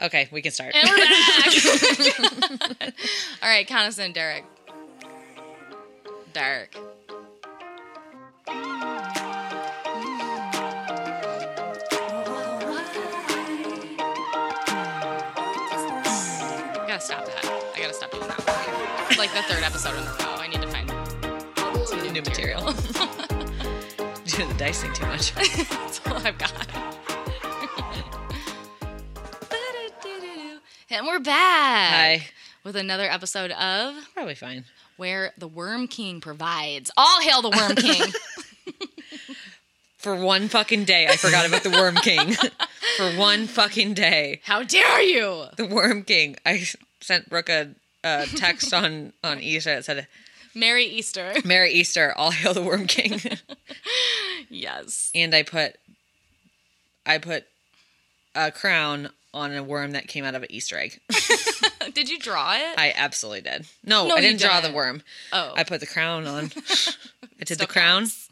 Okay, we can start. And we're back. All right, count us in, Derek. Derek. I gotta stop that. I gotta stop doing that. It's like the third episode in a row. I need to find New material. Do the dicing too much. That's all I've got. And we're back Hi. with another episode of Probably fine. Where the Worm King Provides. All hail the Worm King. For one fucking day, I forgot about the Worm King. For one fucking day, How dare you? the Worm King. I s- sent Brooke a, a text on on Easter that said, Merry Easter. "Merry Easter, all hail the Worm King." Yes. and I put, I put a crown on a worm that came out of an Easter egg. Did you draw it? I absolutely did. No, No, I you didn't draw the didn't. worm. oh, I put the crown on. I did the Still crown. counts.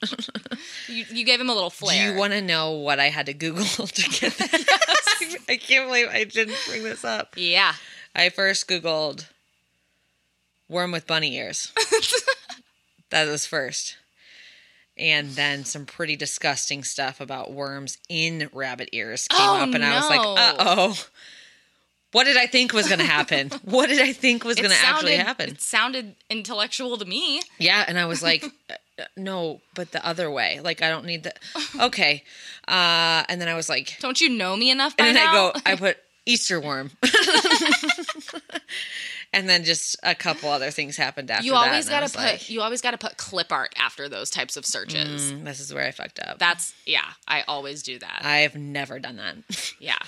you, you gave him a little Do flair. you want to know what I had to Google to get this? I can't believe I didn't bring this up. Yeah. I first Googled worm with bunny ears. that was first. And then some pretty disgusting stuff about worms in rabbit ears came Oh, up, and I was like, no. uh oh. What did I think was going to happen? what did I think was It going to actually sounded- happen? It sounded intellectual to me. Yeah, and I was like, uh, uh, no, but the other way. Like, I don't need the. Okay, uh, and then I was like, Don't you know me enough by and then I now? go, I put Easter worm, and then just a couple other things happened after. you that, always and I gotta was put like, you always gotta put clip art after those types of searches. "Mm, this is where I fucked up. That's yeah, I always do that. I've never done that. yeah.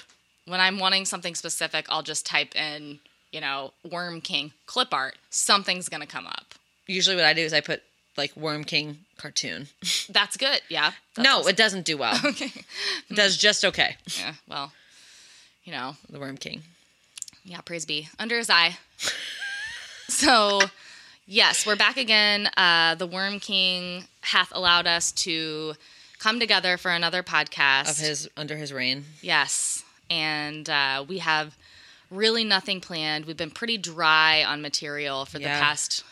When I'm wanting something specific, I'll just type in, you know, Worm King clip art. Something's gonna come up. Usually, what I do is I put like Worm King cartoon. That's good. Yeah. That's no, it doesn't do well. Okay. It does just okay. Yeah, well, you know, The Worm King. yeah, praise be. Under his eye. so, yes, we're back again. Uh, the Worm King hath allowed us to come together for another podcast. Of his under his reign, Yes. And uh, we have really nothing planned. We've been pretty dry on material for Yeah. the past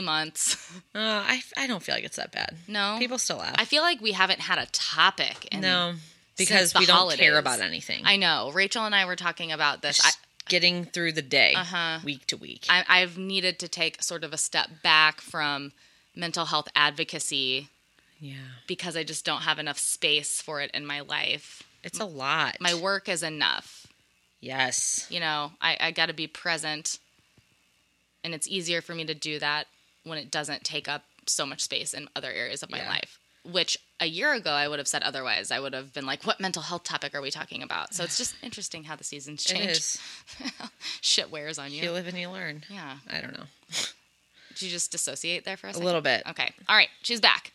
months. uh, I I don't feel like it's that bad. No. people still laugh. I feel like we haven't had a topic. In, No, since because the we don't care holidays. about anything. I know. Rachel and I were talking about this. I, Just getting through the day, Uh-huh. week to week. I, I've needed to take sort of a step back from mental health advocacy yeah, because I just don't have enough space for it in my life. it's a lot. My work is enough. yes, You know, I, I got to be present. And it's easier for me to do that when it doesn't take up so much space in other areas of my Yeah. life, which a year ago I would have said otherwise. I would have been like, what mental health topic are we talking about? So it's just interesting how the seasons it change. is. Shit wears on You you. live and you learn. Yeah. I don't know. Did you just dissociate there for a A second? little bit. Okay. All right. She's back.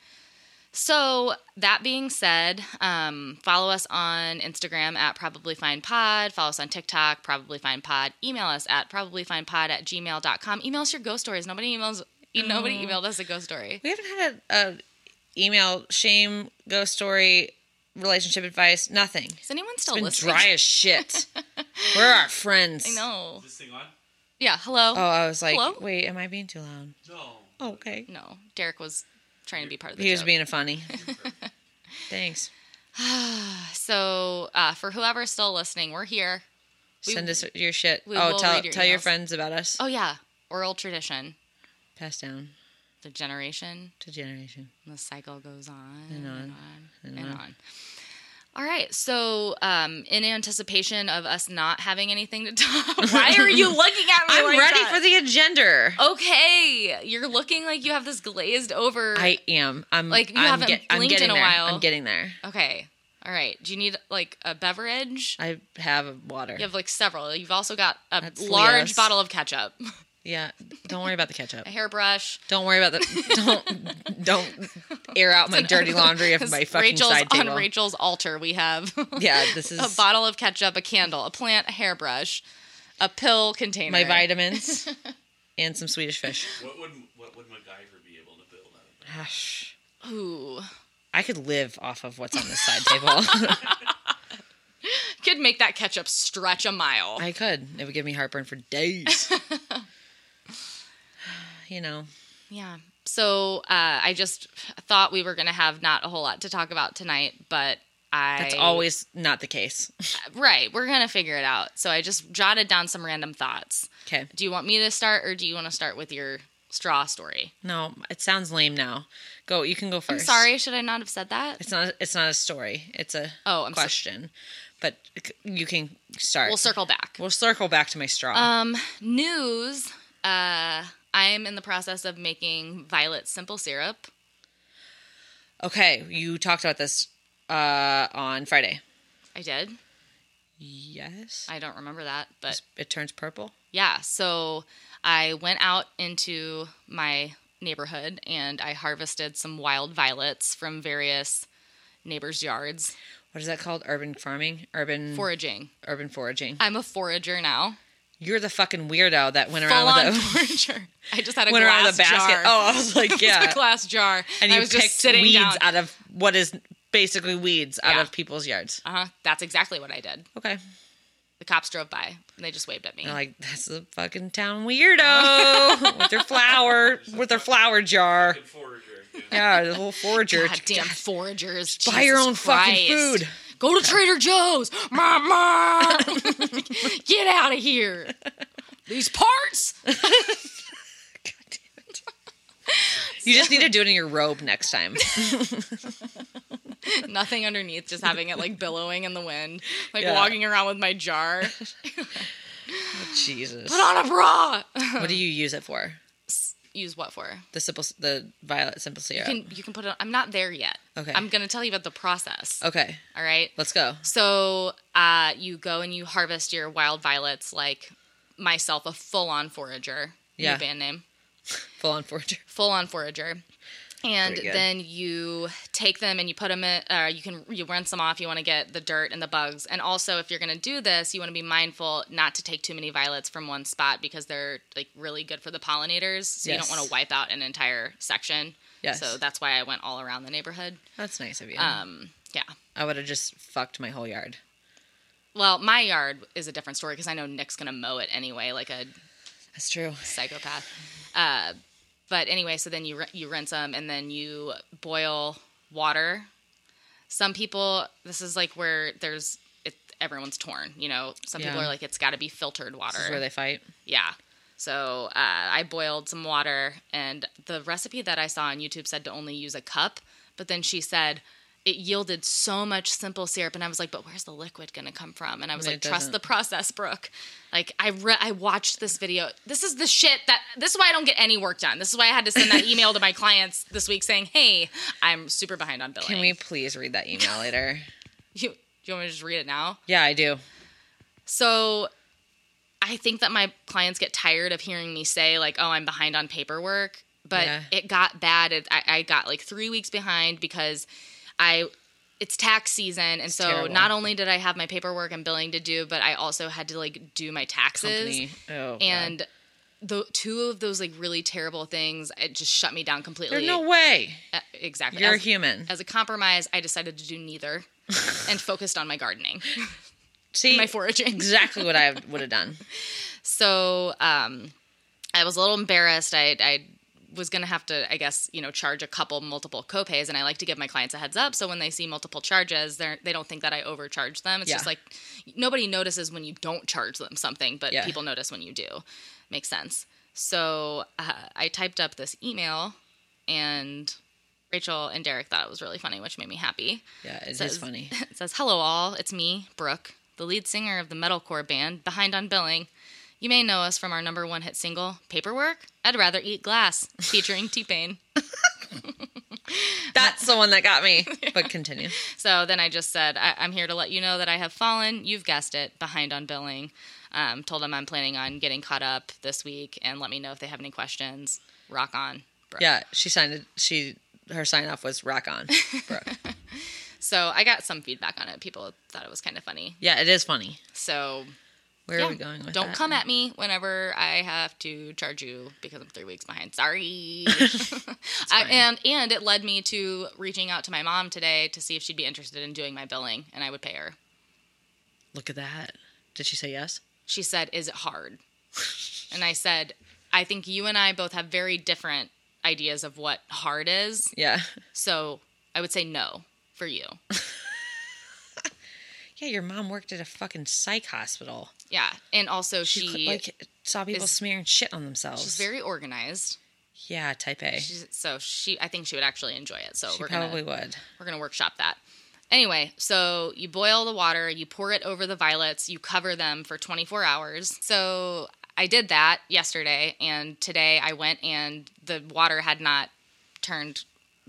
So that being said, um, follow us on Instagram at Probably Fine Pod. Follow us on TikTok, Probably Fine Pod. Email us at probablyfinepod at gmail.com. Email us your ghost stories. Nobody emails. Nobody Mm. emailed us a ghost story. We haven't had a, a email shame ghost story relationship advice. Nothing. Is anyone still Been listening? dry as shit. We're our friends. I know. Is this thing on? Yeah. Hello. Oh, I was like, Hello? wait, am I being too loud? No. Oh, okay. No. Derek was trying to be part of the He was joke. being funny. Thanks. so uh, for whoever's still listening, we're here. We- Send us your shit. we Oh, will tell read your tell your emails. friends about us. Oh yeah. Oral tradition. Pass down The generation. to generation. And the cycle goes on And and on, on and on. And on. All right. So, um, in anticipation of us not having anything to talk, why are you looking at me? I'm like ready that? for the agenda. Oh, Okay, you're looking like you have this glazed over. I am. I'm Like, you I'm haven't get- I'm blinked getting in a there. while. I'm getting there. okay. All right. Do you need like a beverage? I have water. You have like several. You've also got a That's large Leo's. bottle of ketchup, Yeah. Don't worry about the ketchup. a hairbrush. Don't worry about the. Don't don't air out my dirty laundry of my fucking Rachel's side on table. Rachel's altar. We have Yeah, this is a bottle of ketchup, a candle, a plant, a hairbrush, a pill container, my vitamins and some Swedish fish. What would what would MacGyver be able to build out of that? Gosh, Ooh. I could live off of what's on this side table. Could could make that ketchup stretch a mile. I could. It would give me heartburn for days. you know, yeah. So uh, I just thought we were going to have not a whole lot to talk about tonight, but I. that's always not the case. Right. We're going to figure it out. So I just jotted down some random thoughts. Okay. Do you want me to start or do you want to start with your straw story? No, it sounds lame now. Go. You can go i I'm first. sorry. Should I not have said that? It's not. It's not a story. It's a Oh, I'm so- question. but c- you can start. We'll circle back. We'll circle back to my straw. Um, news. Uh, I'm in the process of making violet simple syrup. okay, you talked about this uh, on Friday. I did. Yes. I don't remember that, but it turns purple. yeah. So I went out into my neighborhood and I harvested some wild violets from various neighbors' yards What is that called? Urban farming. Urban foraging. urban foraging. I'm a forager now. You're the fucking weirdo that went Full around on with the forager. I just had a went around glass with a basket. jar. Oh, I was like, It was yeah. a glass jar. and I you was picked just sitting weeds down. out of what is basically weeds out Yeah. of people's yards. uh huh. That's exactly what I did. Okay. The cops drove by and they just waved at me. They're like, that's a fucking town weirdo with their flower with their flower jar. Good forager. Yeah. Yeah, the little forager. Goddamn foragers. Buy your Jesus own fucking Christ. food. Go to Trader Joe's. Mama! Get out of here. These parts? You just need to do it in your robe next time. Nothing underneath, just having it like billowing in the wind. Like Yeah. walking around with my jar. Jesus. Put on a bra. What do you use it for? Use what for? The simple, the violet simple You syrup. can you can put it on. I'm not there yet. Okay. I'm gonna tell you about the process. okay, All right. let's go. So uh, you go and you harvest your wild violets like myself, a full on forager. New Yeah. band name. Full on forager. full on forager. And Pretty good. then you take them and you put them in, uh, you can you rinse them off. You want to get the dirt and the bugs. And also, if you're going to do this, you want to be mindful not to take too many violets from one spot because they're like really good for the pollinators. So you Yes. don't want to wipe out an entire section. Yes. So that's why I went all around the neighborhood. That's nice of you. Um, yeah. I would have just fucked my whole yard. Well, my yard is a different story because I know Nick's going to mow it anyway, like a That's true. psychopath. Uh, but anyway, so then you ri- you rinse them and then you boil water. Some people, this is like where there's it, everyone's torn. You know, some people Yeah. are like it's got to be filtered water. This is where they fight. yeah. So uh, I boiled some water, and the recipe that I saw on YouTube said to only use a cup, but then she said. It yielded so much simple syrup, and I was like, "But where's the liquid going to come from?" And I was It like, "Trust doesn't. the process, Brooke." Like I re- I watched this video. This is the shit that this is why I don't get any work done. This is why I had to send that email to my clients this week saying, "Hey, I'm super behind on billing." Can we please read that email later? You, do you want me to just read it now? Yeah, I do. So I think that my clients get tired of hearing me say, like, oh, I'm behind on paperwork. But Yeah. it got bad. It, I, I got like three weeks behind because I. It's tax season, and so terrible. not only did I have my paperwork and billing to do, but I also had to like do my taxes. Company. Oh, God. And the two of those like really terrible things, it just shut me down completely. there's no way Uh, exactly. you're as, human. As a compromise, I decided to do neither, and focused on my gardening, See, my foraging. exactly what I would have done. So um, I was a little embarrassed. I, I was going to have to, I guess, you know, charge a couple multiple copays, and I like to give my clients a heads up so when they see multiple charges, they are they don't think that I overcharge them. It's Yeah. just like nobody notices when you don't charge them something, but Yeah. people notice when you do. Makes sense. So uh, I typed up this email, and Rachel and Derek thought it was really funny, which made me happy. Yeah, it is Says- funny. It says, Hello, all. It's me, Brooke, the lead singer of the metalcore band Behind on Billing. You may know us from our number one hit single, Paperwork. I'd Rather Eat Glass, featuring T Pain. That's the one that got me. But continue. So then I just said, I- I'm here to let you know that I have fallen. You've guessed it, behind on billing. Um, told them I'm planning on getting caught up this week and let me know if they have any questions. Rock on, Brooke. Yeah, she signed it. She her sign off was rock on, Brooke. So I got some feedback on it. People thought it was kind of funny. Yeah, it is funny. So Where Yeah. are we going with Don't that? come at me whenever I have to charge you because I'm three weeks behind. Sorry. I, and and it led me to reaching out to my mom today to see if she'd be interested in doing my billing, and I would pay her. Look at that. Did she say yes? She said, Is it hard? and I said, I think you and I both have very different ideas of what hard is. Yeah. So I would say no for you. Yeah, your mom worked at a fucking psych hospital. Yeah. And also, She, she, cou- like saw people is- smearing shit on themselves. she's very organized. yeah, type A. She's, so she, I think she would actually enjoy it. So She we're probably gonna would. we're gonna workshop that. Anyway, so you boil the water, you pour it over the violets, you cover them for 24 hours. So I did that yesterday, and today I went and the water had not turned.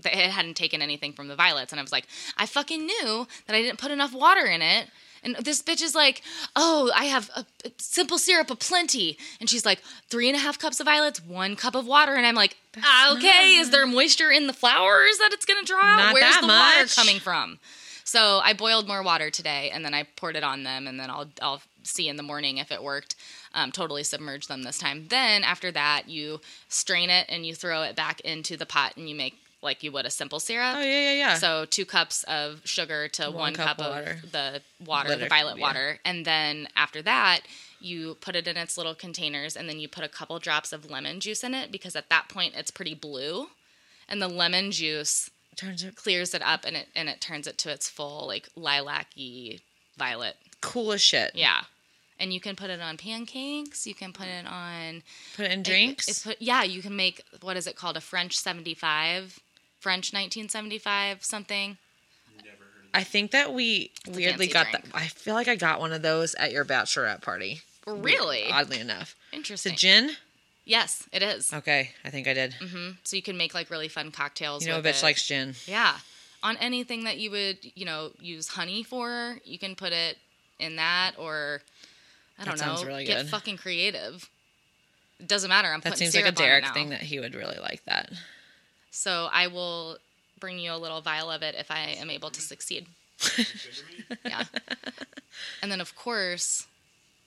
It hadn't taken anything from the violets, and I was like, I fucking knew that I didn't put enough water in it. And this bitch is like, oh, I have a a simple syrup of plenty. And she's like, three and a half cups of violets, one cup of water. And I'm like, ah, okay, is there moisture in the flowers that it's gonna draw out? Not Where's that the water much. coming from? So I boiled more water today, and then I poured it on them, and then I'll I'll see in the morning if it worked. Um, totally submerge them this time. Then after that, you strain it and you throw it back into the pot, and you make like you would a simple syrup. Oh yeah, yeah, yeah. So two cups of sugar to one, cup, of water. the water, the Litter- violet yeah. water, and then after that, you put it in its little containers, and then you put a couple drops of lemon juice in it because at that point it's pretty blue, and the lemon juice turns out clears it up and it and it turns it to its full like lilac-y violet. cool as shit. Yeah. And you can put it on pancakes. You can put it on Put it in drinks. It's put, yeah, you can make what is it called a French seventy five, French nineteen seventy five something. Never heard of I think that we a weirdly fancy got that. drink. I feel like I got one of those at your bachelorette party. Really? Oddly enough. It's a Interesting. gin? Uh, yes, it is. Okay, I think I did. hmm So you can make like really fun cocktails. You know, a with bitch it. likes gin. Yeah. On anything that you would, you know, use honey for, you can put it in that or I That don't sounds know. really get good. fucking creative. It doesn't matter. I'm That putting seems like a syrup on it Derek now. thing that he would really like that. So I will bring you a little vial of it if I am able to succeed. it. Yeah. and then of course,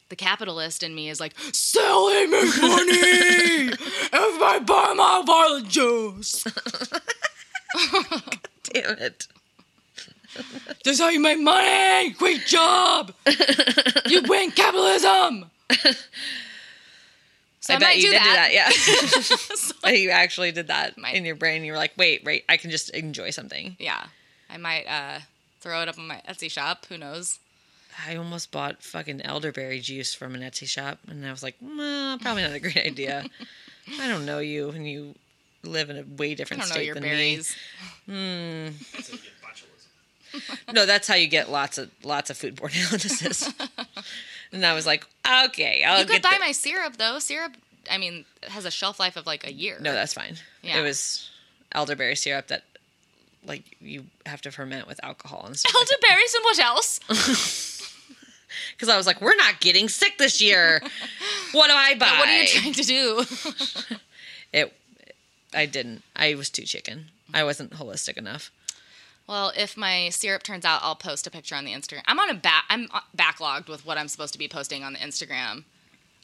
the capitalist in me is like, sell him his money if I buy my violet juice. Damn it. That's how you make money. Great job. you win capitalism. So I, might do, you that. did do that, yeah. you actually did that Might. in your brain. You were like, wait, right, I can just enjoy something. Yeah. I might uh, throw it up on my Etsy shop. Who knows? I almost bought fucking elderberry juice from an Etsy shop, and I was like, "Nah, probably not a great idea. I don't know you, and you live in a way I different don't know state your than berries. That's how you get botulism. me. No, that's how you get lots of lots of foodborne illnesses. and I was like, okay, I'll You could get buy the- my syrup though. Syrup, I mean, has a shelf life of like a year. No, that's fine. Yeah. It was elderberry syrup that like you have to ferment with alcohol and stuff. elderberries and what else? Because I was like, we're not getting sick this year. what do I buy? what are you trying to do? it I didn't. I was too chicken. I wasn't holistic enough. well, if my syrup turns out, I'll post a picture on the Instagram. I'm on a back. I'm uh, backlogged with what I'm supposed to be posting on the Instagram.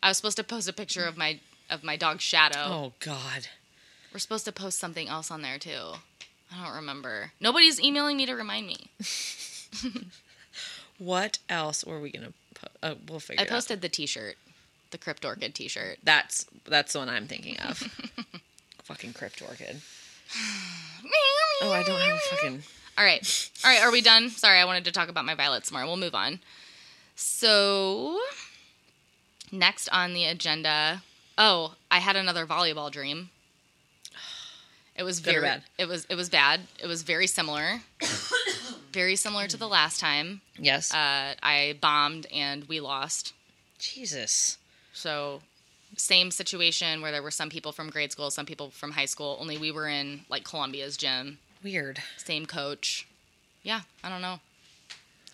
I was supposed to post a picture of my of my dog Shadow. Oh God. We're supposed to post something else on there too. I don't remember. Nobody's emailing me to remind me. What else were we gonna? Po- uh, we'll figure. I it posted the T-shirt, the Crypt Orchid T-shirt. out. That's that's the one I'm thinking of. fucking crypt orchid. Oh, I don't have a fucking. All right. All right. Are we done? Sorry, I wanted to talk about my violets more. We'll move on. So, next on the agenda. Oh, I had another volleyball dream. It was Good very or bad? it was it was bad. It was very similar. very similar to the last time. Yes. Uh, I bombed and we lost. Jesus. So, same situation where there were some people from grade school, some people from high school, only we were in like Columbia's gym Weird. same coach. Yeah, I don't know.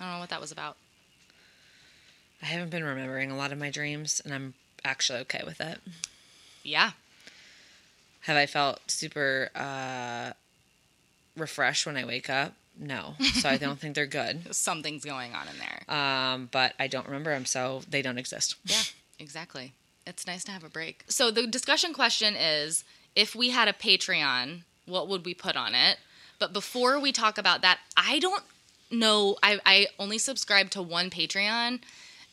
I don't know what that was about. I haven't been remembering a lot of my dreams, and I'm actually okay with it. Yeah. Have I felt super uh, refreshed when I wake up? No. So I don't think they're good. Something's going on in there. Um, but I don't remember them, so they don't exist. Yeah, exactly. It's nice to have a break. So the discussion question is if we had a Patreon, what would we put on it? But before we talk about that, I don't no, I, I only subscribe to one Patreon,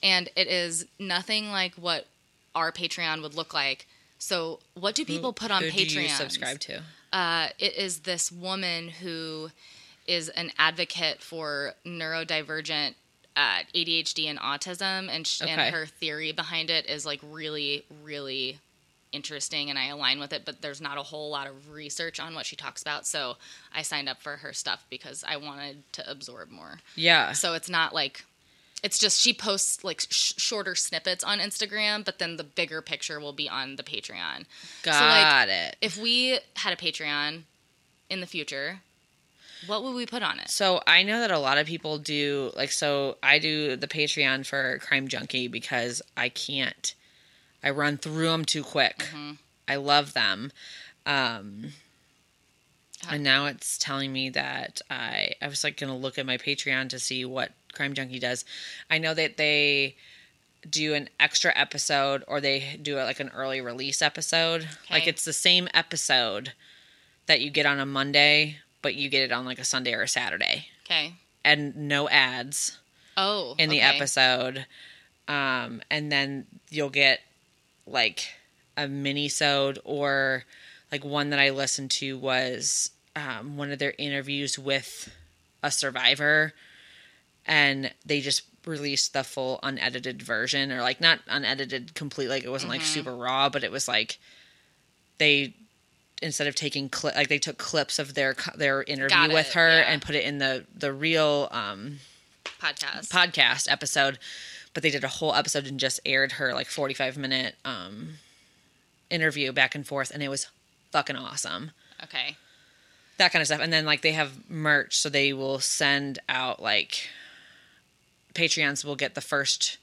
and it is nothing like what our Patreon would look like. So, what do people put on Who Patreon? do you subscribe to? uh, it is this woman who is an advocate for neurodivergent uh, ADHD and autism, and sh- Okay. and her theory behind it is like really, really interesting, and I align with it. But there's not a whole lot of research on what she talks about, so I signed up for her stuff because I wanted to absorb more. Yeah. So it's not like it's just she posts like sh- shorter snippets on Instagram, but then the bigger picture will be on the Patreon Got it. if we had a Patreon in the future, what would we put on it? So I know that a lot of people do like so I do the Patreon for Crime Junkie because I can't I run through them too quick. Mm-hmm. I love them. Um and now it's telling me that I I was like going to look at my Patreon to see what Crime Junkie does. I know that they do an extra episode or they do like an early release episode. Like Okay. it's the same episode that you get on a Monday, but you get it on like a Sunday or a Saturday Okay. and no ads Oh, in the okay. episode. Um, and then you'll get like a mini sode or like one that I listened to was um, one of their interviews with a survivor and they just released the full unedited version or like not unedited complete like it wasn't like Mm-hmm. super raw but it was like they instead of taking cli- like they took clips of their co- their interview Got with it, her yeah. and put it in the the real um podcast. podcast episode, but they did a whole episode and just aired her like 45 minute um interview back and forth and it was fucking awesome. okay. That kind of stuff. And then like they have merch so they will send out like Patreons will get the first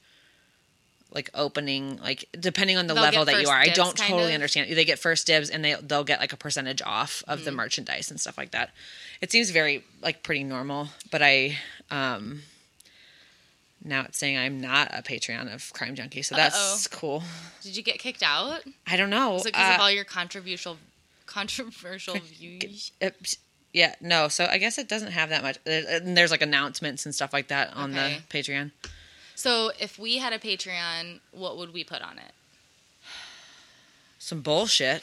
like opening like depending on the They'll level get that you first are. I dibs, don't kind totally of? understand. They get first dibs and they they'll get like a percentage off of Mm. the merchandise and stuff like that. It seems very like pretty normal, but I um now it's saying I'm not a Patreon of Crime Junkie, so that's cool. Did you get kicked out? I don't know. Is it because of Uh, all your controversial, controversial views? Oops. Yeah, no. So I guess it doesn't have that much. uh, And there's like announcements and stuff like that on Okay. the Patreon. So, if we had a Patreon, what would we put on it? Some bullshit.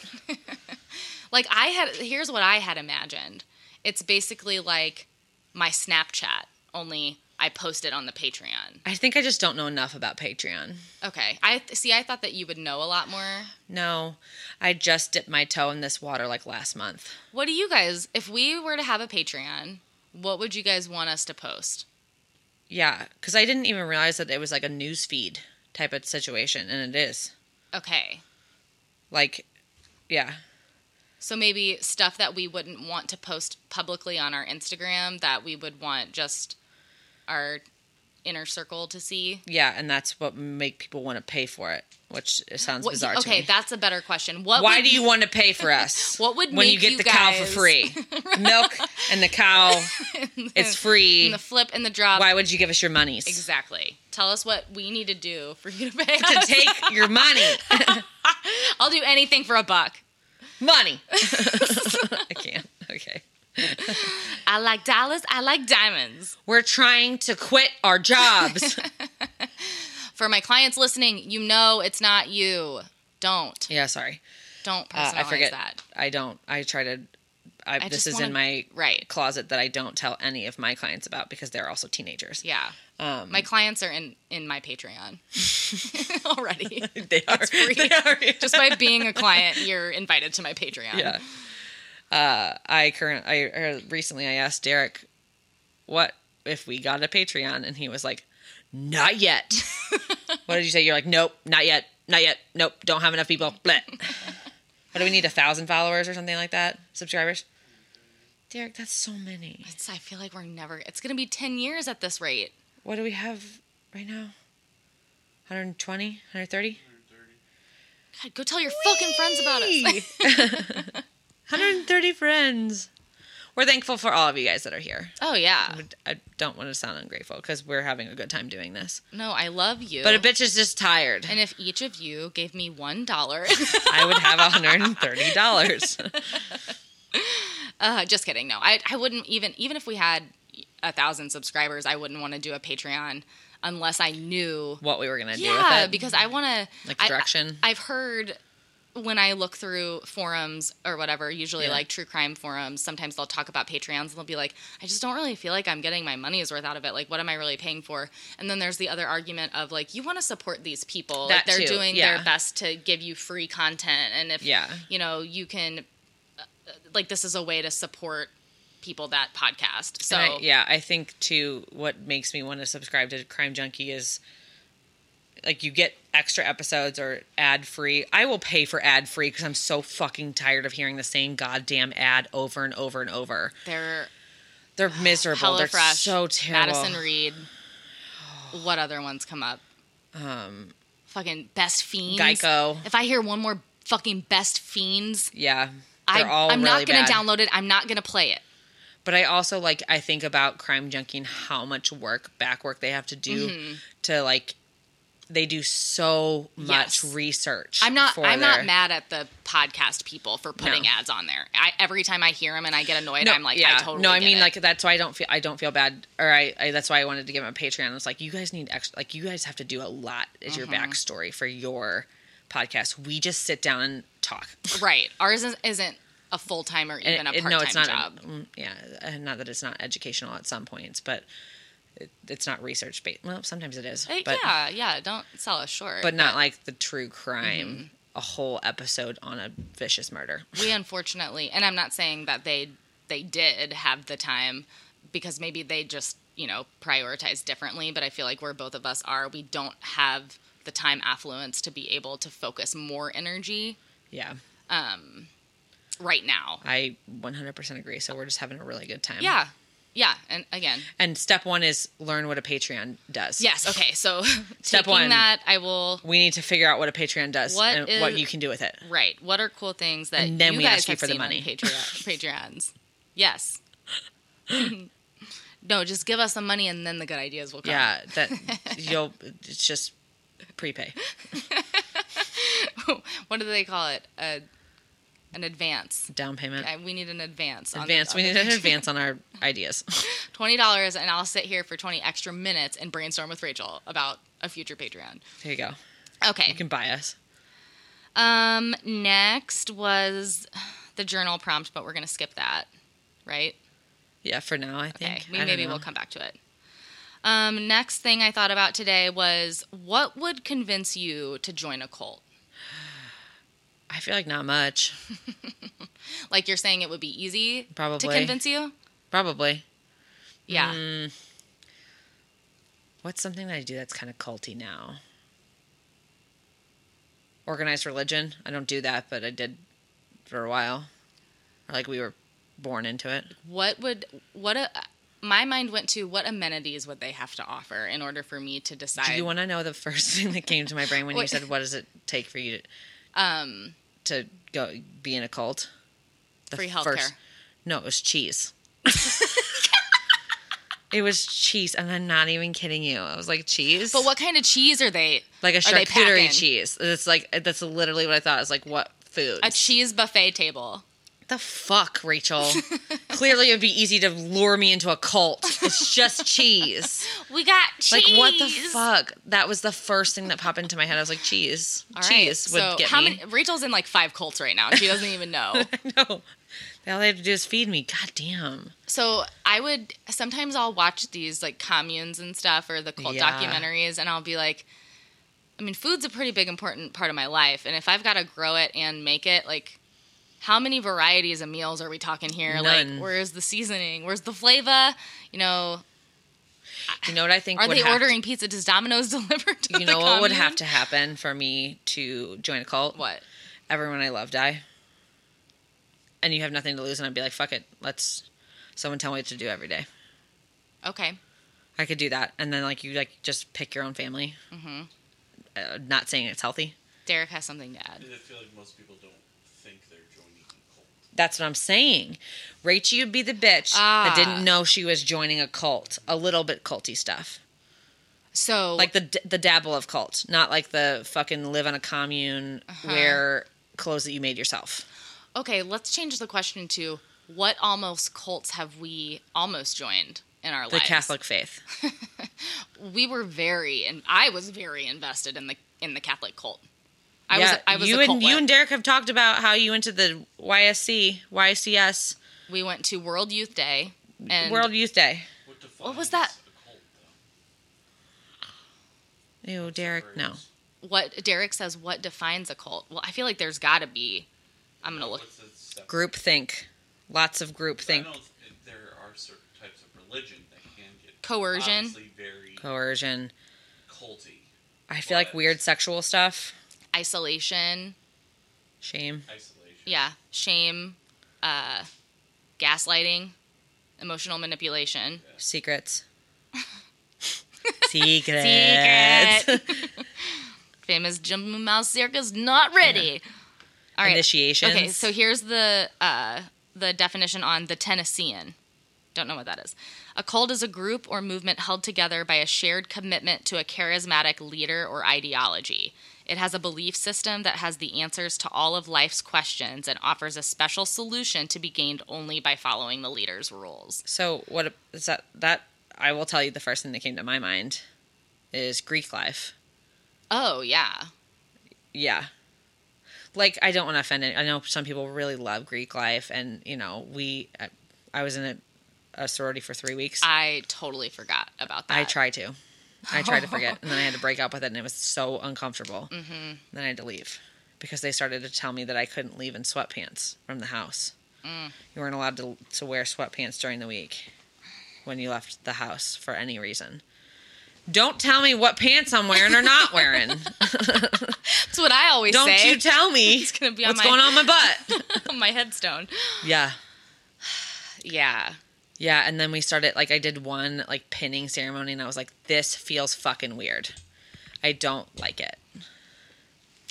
Like, I had. Here's what I had imagined. It's basically like my Snapchat, only I post it on the Patreon. I think I just don't know enough about Patreon. Okay. I see. I thought that you would know a lot more. No, I just dipped my toe in this water like last month. What do you guys, if we were to have a Patreon, what would you guys want us to post? Yeah, because I didn't even realize that it was like a news feed type of situation, and it is Okay. like, yeah, So maybe stuff that we wouldn't want to post publicly on our Instagram that we would want just our inner circle to see. yeah, and that's what make people want to pay for it, which it sounds What- bizarre to okay, me. that's a better question. What Why would- do you want to pay for us? What would when you make get you the cow for guys- free? Milk and the cow, it's free. in the flip and the drop? Why would you give us your monies? Exactly. Tell us what we need to do for you to pay. to us. take your money, I'll do anything for a buck. money. I can't. Okay. I like dollars. I like diamonds. We're trying to quit our jobs. For my clients listening, you know it's not you. Don't. yeah, sorry. Don't Uh, personalize I forget. that. I don't. I try to. I, I this just is wanna- in my Right. closet that I don't tell any of my clients about because they're also teenagers. Yeah. Um, My clients are in in my Patreon already. they are. free. They are. yeah. Just by being a client, you're invited to my Patreon. yeah. Uh, I current. I uh, recently I asked Derek, what if we got a Patreon, and he was like, not yet. what did you say? You're like, nope, not yet, not yet, nope, don't have enough people. Bleh. what do we need? A thousand followers or something like that? Subscribers. Derek, that's so many. It's, I feel like we're never. It's gonna be ten years at this rate. What do we have right now? 120, 130? 130. God, go tell your fucking friends about us. 130 friends. We're thankful for all of you guys that are here. oh yeah. I don't want to sound ungrateful because we're having a good time doing this. No, I love you. But a bitch is just tired. and if each of you gave me one dollar, I would have $130. uh, just kidding. No, I I wouldn't even even if we had a thousand subscribers, I wouldn't want to do a Patreon unless I knew. What we were gonna do with Yeah, it? because I want to Like direction? I, have heard when I look through forums or whatever, usually Yeah. like true crime forums, sometimes they'll talk about Patreons and they'll be like, I just don't really feel like I'm getting my money's worth out of it. Like, what am I really paying for? And then there's the other argument of like, you want to support these people. like, That they're too, doing yeah. their best to give you free content. And if, Yeah. you know, you can, uh, uh, like, this is a way to support people that podcast. So, And I- yeah, I think too. What makes me want to subscribe to Crime Junkie is like you get extra episodes or ad free. I will pay for ad free because I'm so fucking tired of hearing the same goddamn ad over and over and over. they're They're miserable. They're HelloFresh, so terrible. Madison Reed. What other ones come up? Um, fucking best fiends. Geico. If I hear one more fucking best fiends, yeah, I, they're all I'm really not gonna bad. download it. I'm not gonna play it. But I also like I think about Crime Junkie and how much work, back work they have to do Mm-hmm. to like they do so much Yes. research. I'm not. for I'm their- not mad at the podcast people for putting No. ads on there. I, every time I hear them and I get annoyed, I'm like, I totally. No, I get mean it. like that's why I don't feel I don't feel bad or I, I that's why I wanted to give him a Patreon. It's like you guys need extra like you guys have to do a lot is your Mm-hmm. backstory for your podcast. We just sit down and talk. right. Ours is, isn't a full time or even And a it- part time not job. mm, yeah, uh, not that it's not educational at some points, but it, it's not research based. Well, sometimes it is. Like, but yeah, yeah. Don't sell us short. but not like the true crime, Mm-hmm. a whole episode on a vicious murder. we unfortunately and i'm not saying that they they did have the time because maybe they just you know prioritize differently but i feel like where both of us are we don't have the time affluence to be able to focus more energy Yeah, right now I 100% agree. So we're just having a really good time. yeah yeah and again And step one is learn what a Patreon does. yes okay so Step taking one. that i will We need to figure out what a Patreon does What and what is- you can do with it. right what are cool things that And then you we guys ask you have for the seen on money. Patreon, patreons yes no just give us the money and then the good ideas will come Yeah, that you'll it's just prepay. what do they call it? A, an advance. Down payment. I, we need an advance. on- Advance. on We the- need an advance on our ideas. twenty dollars, and I'll sit here for twenty extra minutes and brainstorm with Rachel about a future Patreon. There you go. Okay. You can buy us. Um. Next was the journal prompt, but we're gonna skip that, right? Yeah, for now I Okay. think. I We don't maybe know. we'll come back to it. Um. Next thing I thought about today was what would convince you to join a cult. I feel like not much. Like you're saying, it would be easy Probably. to convince you. Probably. Yeah. What's something that I do that's kind of culty now? Organized religion. I don't do that, but I did for a while. Or like we were born into it. what would what a my mind went to what amenities would they have to offer in order for me to decide Do you want to know the first thing that came to my brain when you What- said, "What does it take for you um to, to go be in a cult?" The Free healthcare. no, it was cheese. it was cheese, and I'm not even kidding you. I was like cheese, but what kind of cheese are they like a are they charcuterie packing? cheese. It's like that's literally what I thought. It's like what food? a cheese buffet table The fuck, Rachel? Clearly, it would be easy to lure me into a cult. It's just cheese. we got Like, cheese what the fuck? That was the first thing that popped into my head. I was like, cheese. All right, cheese would so get how me. many rachel's in like five cults right now she doesn't even know no. All they have to do is feed me. God damn. so i would sometimes i'll watch these like communes and stuff or the cult Yeah. documentaries and i'll be like i mean food's a pretty big important part of my life and if i've got to grow it and make it like how many varieties of meals are we talking here None. like where's the seasoning where's the flavor you know You know what I think? are would they have ordering pizza does domino's deliver to To, you know the what would have commune? to happen for me to join a cult? what Everyone I love die. And you have nothing to lose, and I'd be like, fuck it. Let's. Someone tell me what to do every day. okay I could do that, and then like you like just pick your own family. Mm-hmm. Uh, not saying it's healthy. derek has something to add And I feel like most people don't think they're joining a cult. That's what I'm saying. Rachie would be the bitch Ah. that didn't know she was joining a cult. A little bit culty stuff, so like the the dabble of cult, not like the fucking live on a commune Uh-huh. wear clothes that you made yourself. Okay, let's change the question to what almost cults have we almost joined in our the lives. Catholic faith. We were very, and I was very invested in the in the Catholic cult. I was. I was you a and cult you and Derek have talked about how you went to the YSC, YCS we went to World Youth Day and World Youth Day. What, What was defines that? A cult, though? Ew, Derek, no. Phrase. what Derek says what defines a cult. Well, I feel like there's got to be. I'm gonna look. What's its separate- Group think. Lots of group I think. know th- there are certain types of religion that can get Coercion. obviously very Coercion. culty, I feel like What? weird sexual stuff. Isolation. Shame. isolation. Yeah. Shame. Uh, gaslighting. Emotional manipulation. Secrets. Secrets. Secret. Famous Jumbo Mouse Circus not ready. All right. Initiations. Okay, so here's the uh, the definition on the Tennessean. Don't know what that is. A cult is a group or movement held together by a shared commitment to a charismatic leader or ideology. It has a belief system that has the answers to all of life's questions and offers a special solution to be gained only by following the leader's rules. So what is that? That I will tell you the first thing that came to my mind is Greek life. Oh, yeah. Yeah. Like I don't want to offend. Any, I know some people really love Greek life, and you know we. I, I was in a, a sorority for three weeks. I, I totally forgot about that. tried to. I tried to forget, and then I had to break up with it, and it was so uncomfortable. Mm-hmm. Then I had to leave because they started to tell me that I couldn't leave in sweatpants from the house. Mm. You weren't allowed to to wear sweatpants during the week when you left the house for any reason. Don't tell me what pants I'm wearing or not wearing. That's what I always Don't say. you tell me It's gonna be on what's my- going on my butt. my headstone. yeah. Yeah. Yeah, and then we started like I did one like pinning ceremony and I was like this feels fucking weird. I don't like it.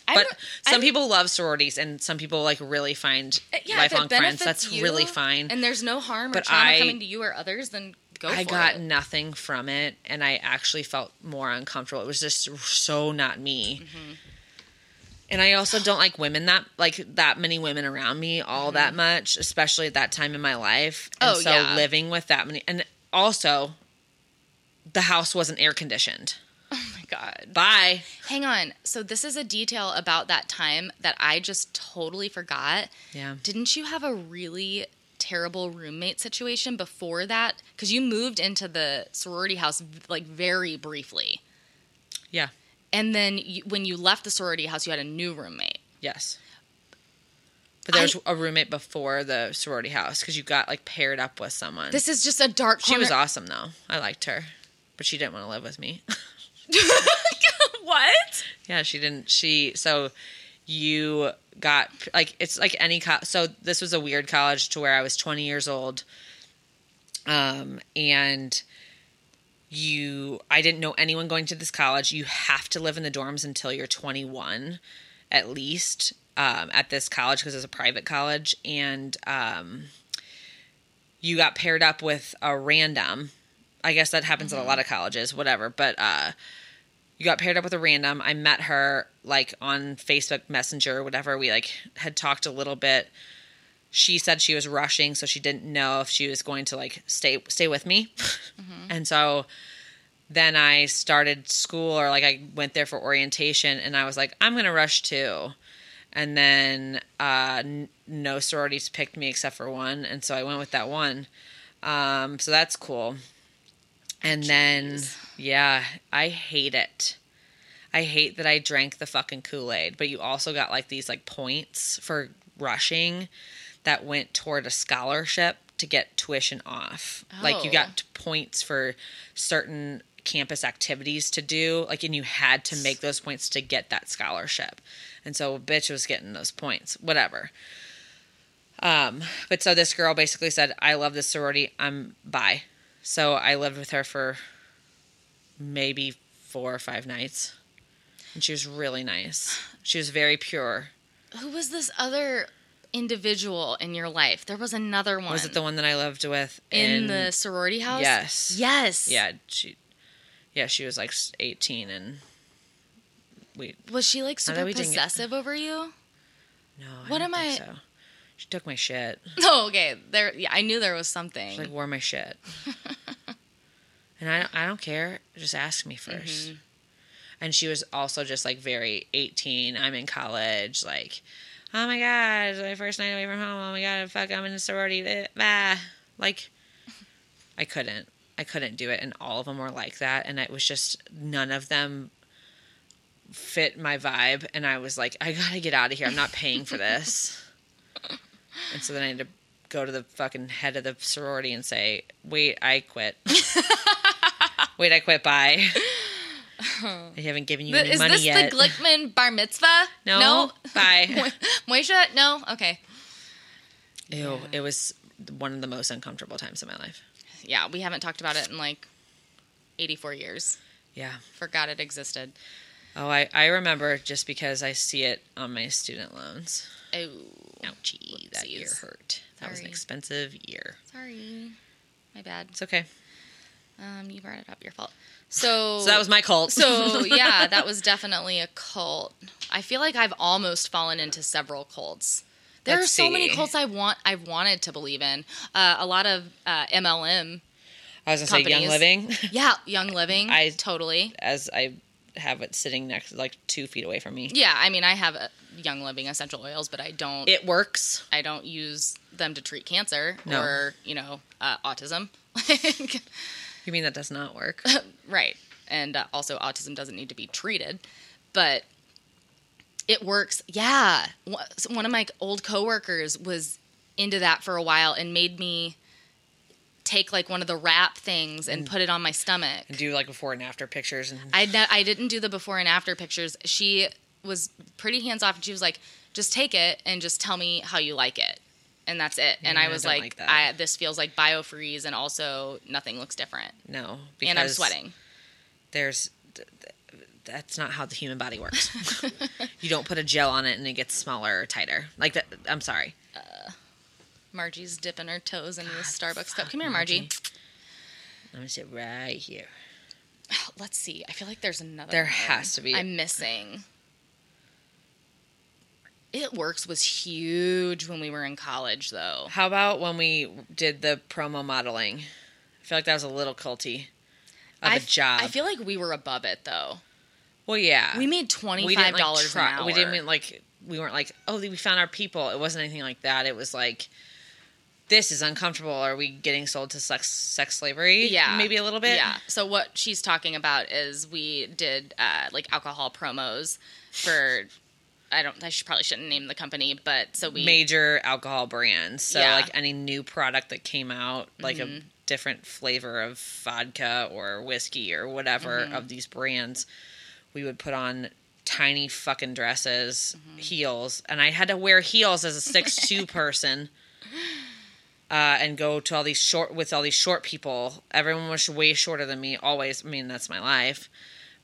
I But don't- I some don't- people love sororities and some people like really find Uh, yeah, if it lifelong friends. benefits That's you really fine. And there's no harm or But trauma I- coming to you or others, then go I for got it. Oh nothing from it and I actually felt more uncomfortable. It was just so not me. Mm-hmm. And I also don't like women that like that many women around me all that much, especially at that time in my life. And Mm-hmm. Oh, so yeah. living with that many and also the house wasn't air conditioned. oh my god. Bye. Hang on. So this is a detail about that time that I just totally forgot. Yeah. Didn't you have a really terrible roommate situation before that? Because you moved into the sorority house like very briefly, Yeah. and then you, when you left the sorority house, you had a new roommate. Yes. But there I- was a roommate before the sorority house because you got like paired up with someone. This is just a dark. she was corner- awesome though. I liked her, but she didn't want to live with me. what? Yeah, she didn't. She so you got like it's like any co- so this was a weird college to where I was 20 years old um and you I didn't know anyone going to this college. You have to live in the dorms until you're 21 at least um at this college because it's a private college and um you got paired up with a random I guess that happens at a lot of colleges, whatever, but uh you got paired up with a random. I met her like on Facebook Messenger, whatever. We like had talked a little bit. She said she was rushing, so she didn't know if she was going to like stay stay with me. and so then I started school or like I went there for orientation and I was like, I'm gonna rush too. And then uh, n- no sororities picked me except for one, and so I went with that one. Um, so that's cool. And then yeah, I hate it. I hate that I drank the fucking Kool Aid, but you also got like these like points for rushing that went toward a scholarship to get tuition off. Like you Oh. got points for certain campus activities to do like and you had to make those points to get that scholarship and so bitch was getting those points whatever um but so this girl basically said i love this sorority i'm bi so i lived with her for maybe four or five nights and she was really nice she was very pure Who was this other individual in your life? There was another one. was it the one that i lived with in, the sorority house? Yes. Yes. yeah she yeah she was like 18 and we Was she like Not that super we didn't get- possessive over you? No, I What don't am think I- So. She took my shit. Oh, okay. There, yeah, I knew there was something. She like wore my shit. And I don't, I don't care. Just ask me 1st And she was also just like very 18. I'm in college. Like, oh my God, it's my first night away from home. Oh my God, fuck, I'm in a sorority. Eh, Bah. Like, I couldn't. I couldn't do it. And all of them were like that. And it was just none of them fit my vibe. And I was like, I gotta get out of here. I'm not paying for this. and so then I had to go to the fucking head of the sorority and say, wait, I quit. Wait, I quit. Bye. I haven't given you But any is money this yet. the Glickman bar mitzvah? no, bye. Moisha? No? Okay. Ew, it was one of the most uncomfortable times of my life. Yeah, we haven't talked about it in like 84 years. Yeah. Forgot it existed. Oh, I, I remember just because I see it on my student loans. Oh. Ouchie, that year Whoopsies. hurt. That was an Sorry. expensive year. Sorry. My bad. It's okay. Um, you brought it up. Your fault. So, So that was my cult. So yeah, that was definitely a cult. I feel like I've almost fallen into several cults. There Let's are so many see. cults I want I've wanted to believe in. Uh, a lot of uh, MLM. I was gonna say Young companies. Living, Yeah, Young Living. I- totally. as I have it sitting next, like two feet away from me. Yeah, I mean I have uh Young Living essential oils, but I don't It works. I don't use them to treat cancer No. or you know uh, autism. Like, You mean that does not work? Right. And uh, also, autism doesn't need to be treated, but it works. Yeah. Wha- so One of my old coworkers was into that for a while and made me take like one of the wrap things and put it on my stomach. Do like before Mm. and after pictures and I, ne- I didn't do the before and after pictures. She was pretty hands off and she was like, just take it and just tell me how you like it. And that's it. And Yeah, I I was don't like, like that. I, this feels like biofreeze and also nothing looks different. no, and I'm sweating. There's th- th- that's not how the human body works. you don't put a gel on it and it gets smaller or tighter. Like that. I'm sorry. Margie's dipping her toes into the Starbucks cup. fuck, Come here, Margie. Margie. I'm gonna sit right here. Let's see. I feel like there's another. There one has to be. I'm missing. It works was huge when we were in college, though. How about when we did the promo modeling? I feel like that was a little culty of I a f- job. Uh, I feel like we were above it, though. well, yeah. We made twenty five dollars like, an try- hour. We didn't like we weren't like oh we found our people. It wasn't anything like that. It was like this is uncomfortable. Are we getting sold to sex sex slavery? yeah, maybe a little bit. Yeah. So what she's talking about is we did uh, like alcohol promos for. I don't. I should probably shouldn't name the company, but so we major alcohol brands. So Yeah. like any new product that came out, like a different flavor of vodka or whiskey or whatever of these brands, we would put on tiny fucking dresses, heels, and I had to wear heels as a six two person. Uh, and go to all these short with all these short people. Everyone was way shorter than me. Always, I mean, that's my life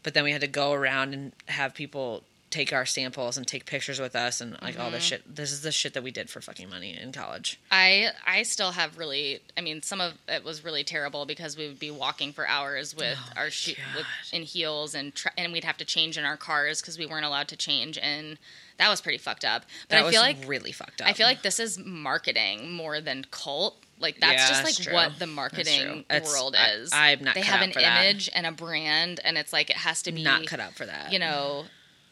but then we had to go around and have people take our samples and take pictures with us and like all this Mm-hmm. shit. This is the shit that we did for fucking money in college. I I still have really I mean some of it was really terrible because we would be walking for hours with Oh our shoe with, in heels and tr and we'd have to change in our cars because we weren't allowed to change and that was pretty fucked up. But That I was feel like really fucked up. I feel like this is marketing more than cult. Like that's Yeah, just that's like true. what the That's marketing true. It's- world I- is. I'm not They cut have out an for that. image and a brand, and it's like it has to be not cut out for that. You know,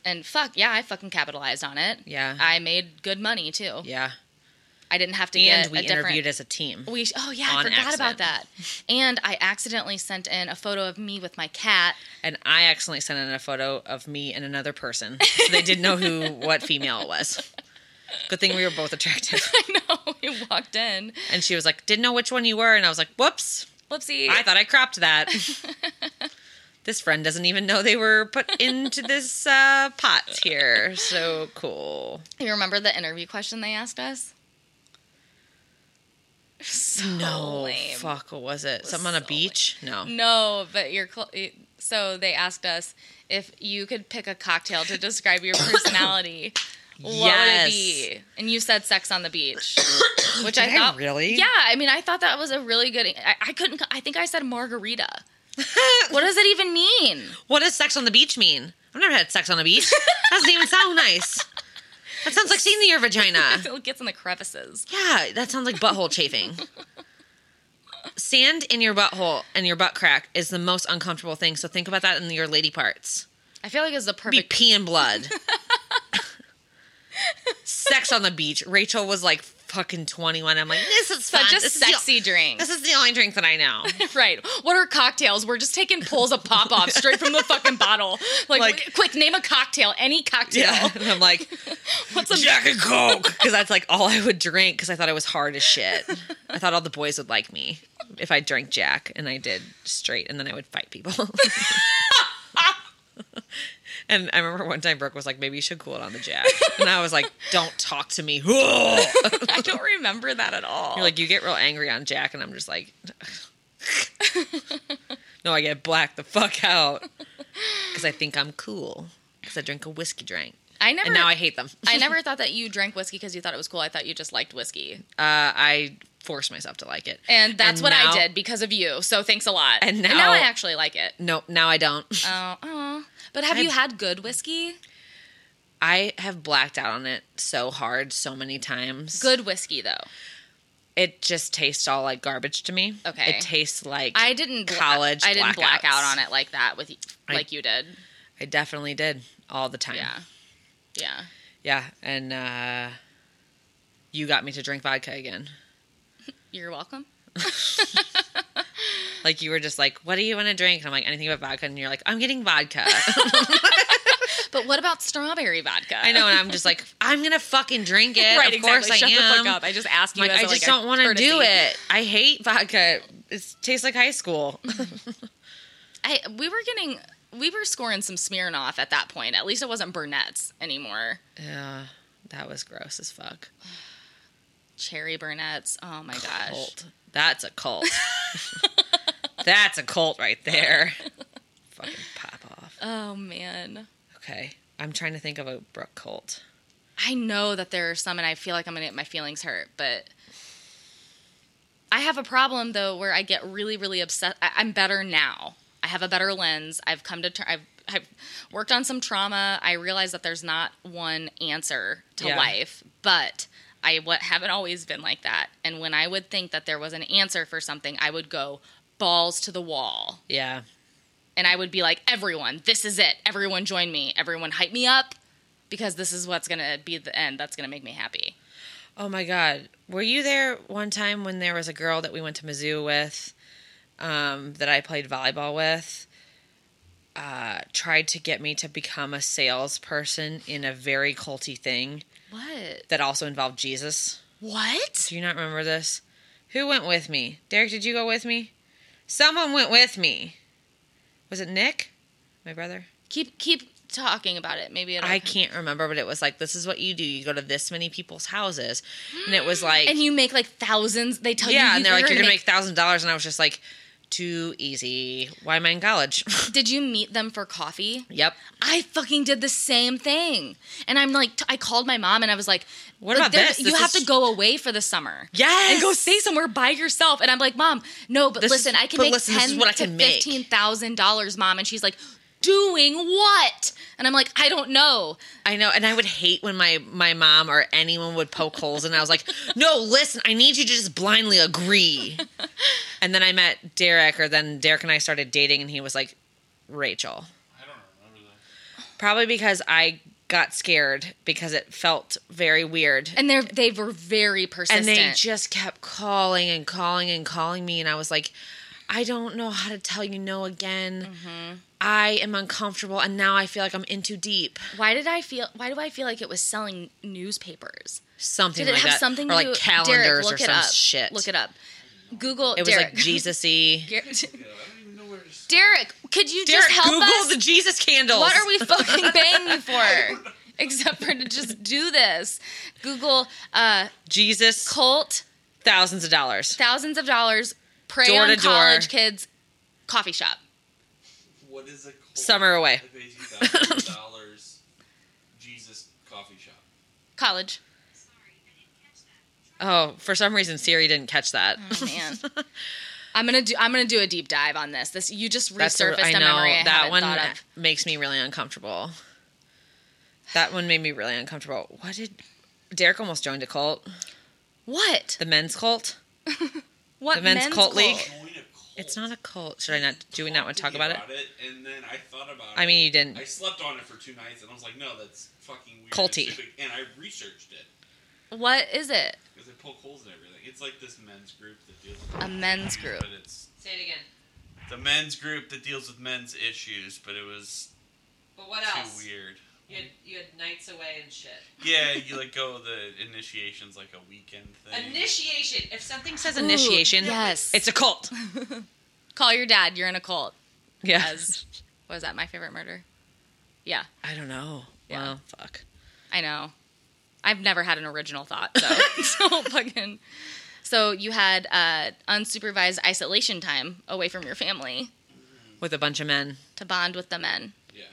and fuck yeah, I fucking capitalized on it. Yeah. I made good money too. yeah. I didn't have to get And we a different. interviewed as a team. We oh yeah, I on forgot accident. about that. And I accidentally sent in a photo of me with my cat. and I accidentally sent in a photo of me and another person. So they didn't know who what female it was. Good thing we were both attractive. I know we walked in. And she was like, "Didn't know which one you were," and I was like, "Whoops! Whoopsie. I thought I cropped that." this friend doesn't even know they were put into this uh, pot here. So cool. you remember the interview question they asked us? So No, lame. Oh, fuck, what was it? Something on a so Mm, beach? No. No, but you're cl- so they asked us if you could pick a cocktail to describe your personality. What would Yes. it be? And you said sex on the beach, which I Did I thought really? Yeah, I mean, I thought that was a really good. I, I couldn't. I think I said margarita. what does it even mean? What does sex on the beach mean? I've never had sex on the beach. That doesn't even sound nice. That sounds like seeing your vagina. It gets in the crevices. Yeah, that sounds like butthole chafing. sand in your butthole and your butt crack is the most uncomfortable thing. So think about that in your lady parts. I feel like it's the Be perfect. peeing blood. Sex on the beach. Rachel was like fucking 21. I'm like, this is fun. Such a This is the- sexy drink. This is the only drink that I know. Right. What are cocktails? We're just taking pulls of pop off straight from the fucking bottle. Like, Like- wait, quick, name a cocktail. Any cocktail. Yeah. And I'm like, What's a Jack and Coke. Because that's like all I would drink because I thought I was hard as shit. I thought all the boys would like me if I drank Jack and I did straight and then I would fight people. and I remember one time Brooke was like, maybe you should cool it on the Jack. And I was like, don't talk to me. You're I don't remember that at all. like, you get real angry on Jack. And I'm just like, no, I get blacked the fuck out because I think I'm cool because I drink a whiskey drink. I never. And now I hate them. I never thought that you drank whiskey because you thought it was cool. I thought you just liked whiskey, uh, I forced myself to like it. and that's what now- I did because of you. So thanks a lot. And now- I actually like it. No, now I don't. Oh, aw. but have I- you had good whiskey? I have blacked out on it so hard so many times. Good whiskey though. It just tastes all like garbage to me. Okay. It tastes like I didn't bla- College I didn't black out blackouts. on it like that with I- like you did. I definitely did all the time. Yeah, yeah. Yeah. And uh you got me to drink vodka again. You're welcome. Like you were just like, "What do you want to drink?" And I'm like, "Anything but vodka." And you're like, "I'm getting vodka." But what about strawberry vodka? I know, and I'm just like, "I'm gonna fucking drink it." right, of course exactly. Shut I am. the fuck up. I just asked I'm you. like, I as a, just like, don't want to do courtesy. it. I hate vodka. It tastes like high school. I we were getting we were scoring some Smirnoff at that point. At least it wasn't Burnett's anymore. yeah, that was gross as fuck. Cherry Burnett's. Oh my gosh. Cult. That's a cult. That's a cult right there. Fucking pop off. Oh man. Okay. I'm trying to think of a Brooke cult. I know that there are some, and I feel like I'm gonna get my feelings hurt, but I have a problem though where I get really, really upset. I- I'm better now. I have a better lens. I've come to. Ter- I've I've worked on some trauma. I realize that there's not one answer to Yeah. life, but I what haven't always been like that. And when I would think that there was an answer for something, I would go balls to the wall, Yeah. and I would be like, "Everyone, this is it. Everyone, join me. Everyone, hype me up." Because this is what's gonna be the end. That's gonna make me happy. Oh my God. Were you there one time when there was a girl that we went to Mizzou with, um, that I played volleyball with, uh, tried to get me to become a salesperson in a very culty thing What? that also involved Jesus? What? Do you not remember this? Who went with me? Derek, did you go with me? Someone went with me. Was it Nick? My brother? Keep keep talking about it. Maybe it'll I can't remember, but it was like, this is what you do. You go to this many people's houses. And it was like, and you make like thousands. They tell you, yeah, you and they're like, you're going to make $1,000. And I was just like, too easy. Why am I in college? Did you meet them for coffee? yep. I fucking did the same thing, and I'm like, t- I called my mom and I was like, What like, about there- this? You This have is- to go away for the summer. Yes. and go stay somewhere by yourself. And I'm like, Mom, no, but This is- listen, I can but make listen, this is ten what I to can make." fifteen thousand dollars, Mom. And she's like, doing what? And I'm like, I don't know. I know, and I would hate when my my mom or anyone would poke holes, and I was like, "No, listen, I need you to just blindly agree." And then I met Derek, or then Derek and I started dating, and he was like, "Rachel," I don't remember that. probably because I got scared because it felt very weird, And they they were very and persistent. they just kept calling and calling and calling me, and I was like, "I don't know how to tell you no again. Mm-hmm. I am uncomfortable, and now I feel like I'm in too deep." Why did I feel? Why do I feel like it was selling newspapers? Something Did it like have that, something or like to do? calendars Derek, look or it some up. shit. Look it up. Google. It was Derek. like Jesus-y. Derek- Yeah, I don't even know where to start. Derek, could you Derek, just help Google us? the Jesus candles. what are we fucking paying you for? Except for to just do this. Google uh, Jesus, cult thousands of dollars. thousands of dollars prey Door on to door. college kids coffee shop. What is a cult? Summer away. that pays you thousands of dollars. Jesus coffee shop. College. Oh, for some reason Siri didn't catch that. Oh man. I'm gonna do. I'm gonna do a deep dive on this. This you just That's resurfaced a- I know a memory I that haven't one thought of. makes me really uncomfortable. That one made me really uncomfortable. What did Derek almost joined a cult? What? The men's cult. What The men's cult league? Join a cult. It's not a cult. Should I not? Do we not want to talk Talking about it? And then I thought about I it. mean, you didn't. I slept on it for two nights, and I was like, no, that's fucking weird. and Culty. stupid, And I researched it What is it? because they poke holes in everything. It's like this men's group that deals. A With men's group. But it's Say it again. the men's group that deals with men's issues, but it was But what too weird. You had, you had nights away and shit. Yeah, you like go the initiation's like a weekend thing. Initiation. If something says Ooh, initiation, yes. it's a cult. Call your dad. You're in a cult. Yes. As was that my favorite murder? Yeah, I don't know. Yeah. Well, fuck. I know. I've never had an original thought, so so fucking. So you had uh, unsupervised isolation time away from your family With a bunch of men, to bond with the men. Yeah.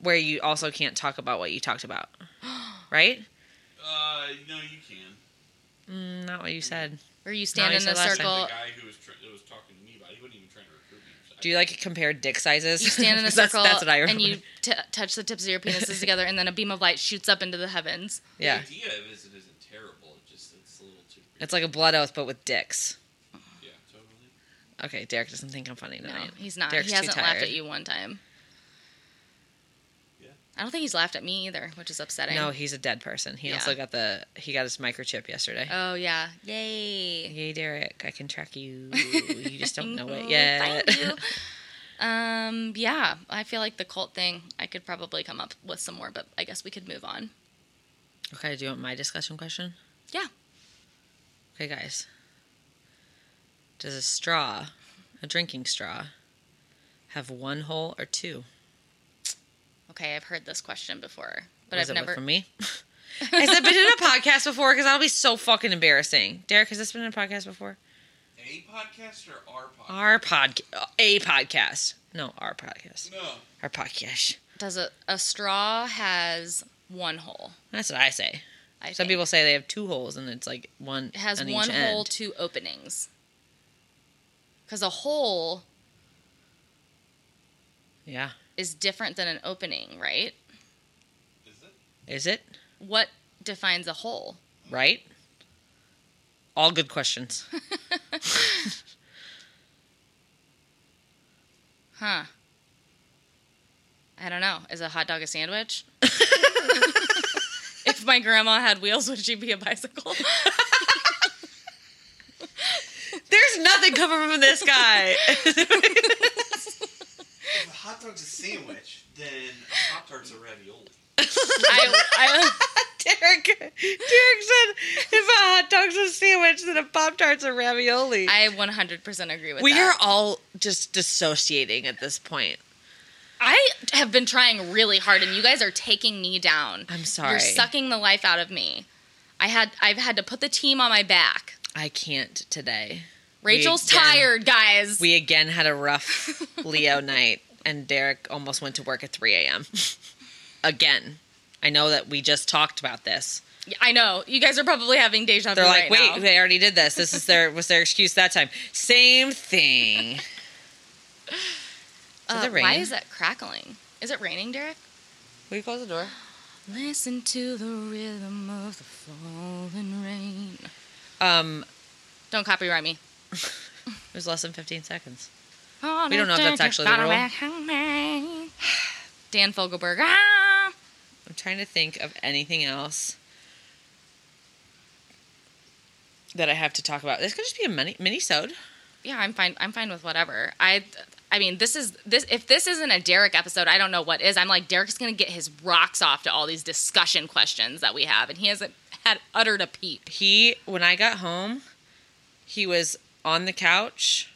where you also can't talk about what you talked about, right? Uh, no, you can. Mm, not what you said. Or you stand he in the said last time. circle. the guy who was tr- that was talking to me about it, he wasn't even trying to recruit me. Do you like compare dick sizes? You stand in a 'Cause that's- circle That's, what I and remember. you t- touch the tips of your penises together, and then a beam of light shoots up into the heavens. yeah, The idea of it isn't, isn't terrible. It just it's a little too. Weird. it's like a blood oath but with dicks. yeah, totally. Okay, Derek doesn't think I'm funny No, tonight. he's not. Derek's he too hasn't laughed tired. at you one time. Yeah. I don't think he's laughed at me either, which is upsetting. No, he's a dead person. He Yeah. also got the he got his microchip yesterday. Oh yeah. Yay. Yay, Derek! I can track you. You just don't know it Ooh, yet. thank you. um. Yeah. I feel like the cult thing. I could probably come up with some more, but I guess we could move on. okay, do you want my discussion question? Yeah. Okay, guys. Does a straw, a drinking straw, have one hole or two? Okay. I've heard this question before, but Was I've it never. from me. Has it been in a podcast before? Because that'll be so fucking embarrassing. Derek, has this been in a podcast before? A podcast or our podcast? Our podcast, a podcast. No, our podcast. no. Our podcast. Does a, a straw has one hole? That's what I say. I Some think. people say they have two holes, and it's like one It has on one each hole, end. two openings. Because a hole Yeah, is different than an opening, right? Is it? is it What defines a hole? right? All good questions. Huh. I don't know. Is a hot dog a sandwich? if my grandma had wheels, would she be a bicycle? There's nothing coming from this guy. If a hot dog's a sandwich, then a hot tart's a ravioli. I, I, Derek, Derek said, "If a hot dog's a sandwich, then a pop tart's a ravioli." I 100% agree with we that. are all just dissociating at this point. I have been trying really hard, and you guys are taking me down. I'm sorry. You're sucking the life out of me. I had I've had to put the team on my back. I can't today. Rachel's again- tired, guys. We again had a rough Leo night, and Derek almost went to work at 3 a.m. again. I know that we just talked about this. I know you guys are probably having deja vu. They're like, right wait, now. they already did this. This is their was their excuse that time. Same thing. Is Uh, it why raining? is that crackling? Is it raining, Derek? Will you close the door? Listen to the rhythm of the falling rain. Um, Don't copyright me. it was less than 15 seconds. We don't know if that's actually the rule. Dan Fogelberg. Ah! I'm trying to think of anything else that I have to talk about. This could just be a mini mini-sode. Yeah, I'm fine. I'm fine with whatever. I, I mean, this is this. If this isn't a Derek episode, I don't know what is. I'm like Derek's gonna get his rocks off to all these discussion questions that we have, and he hasn't had uttered a peep. he when I got home, he was on the couch,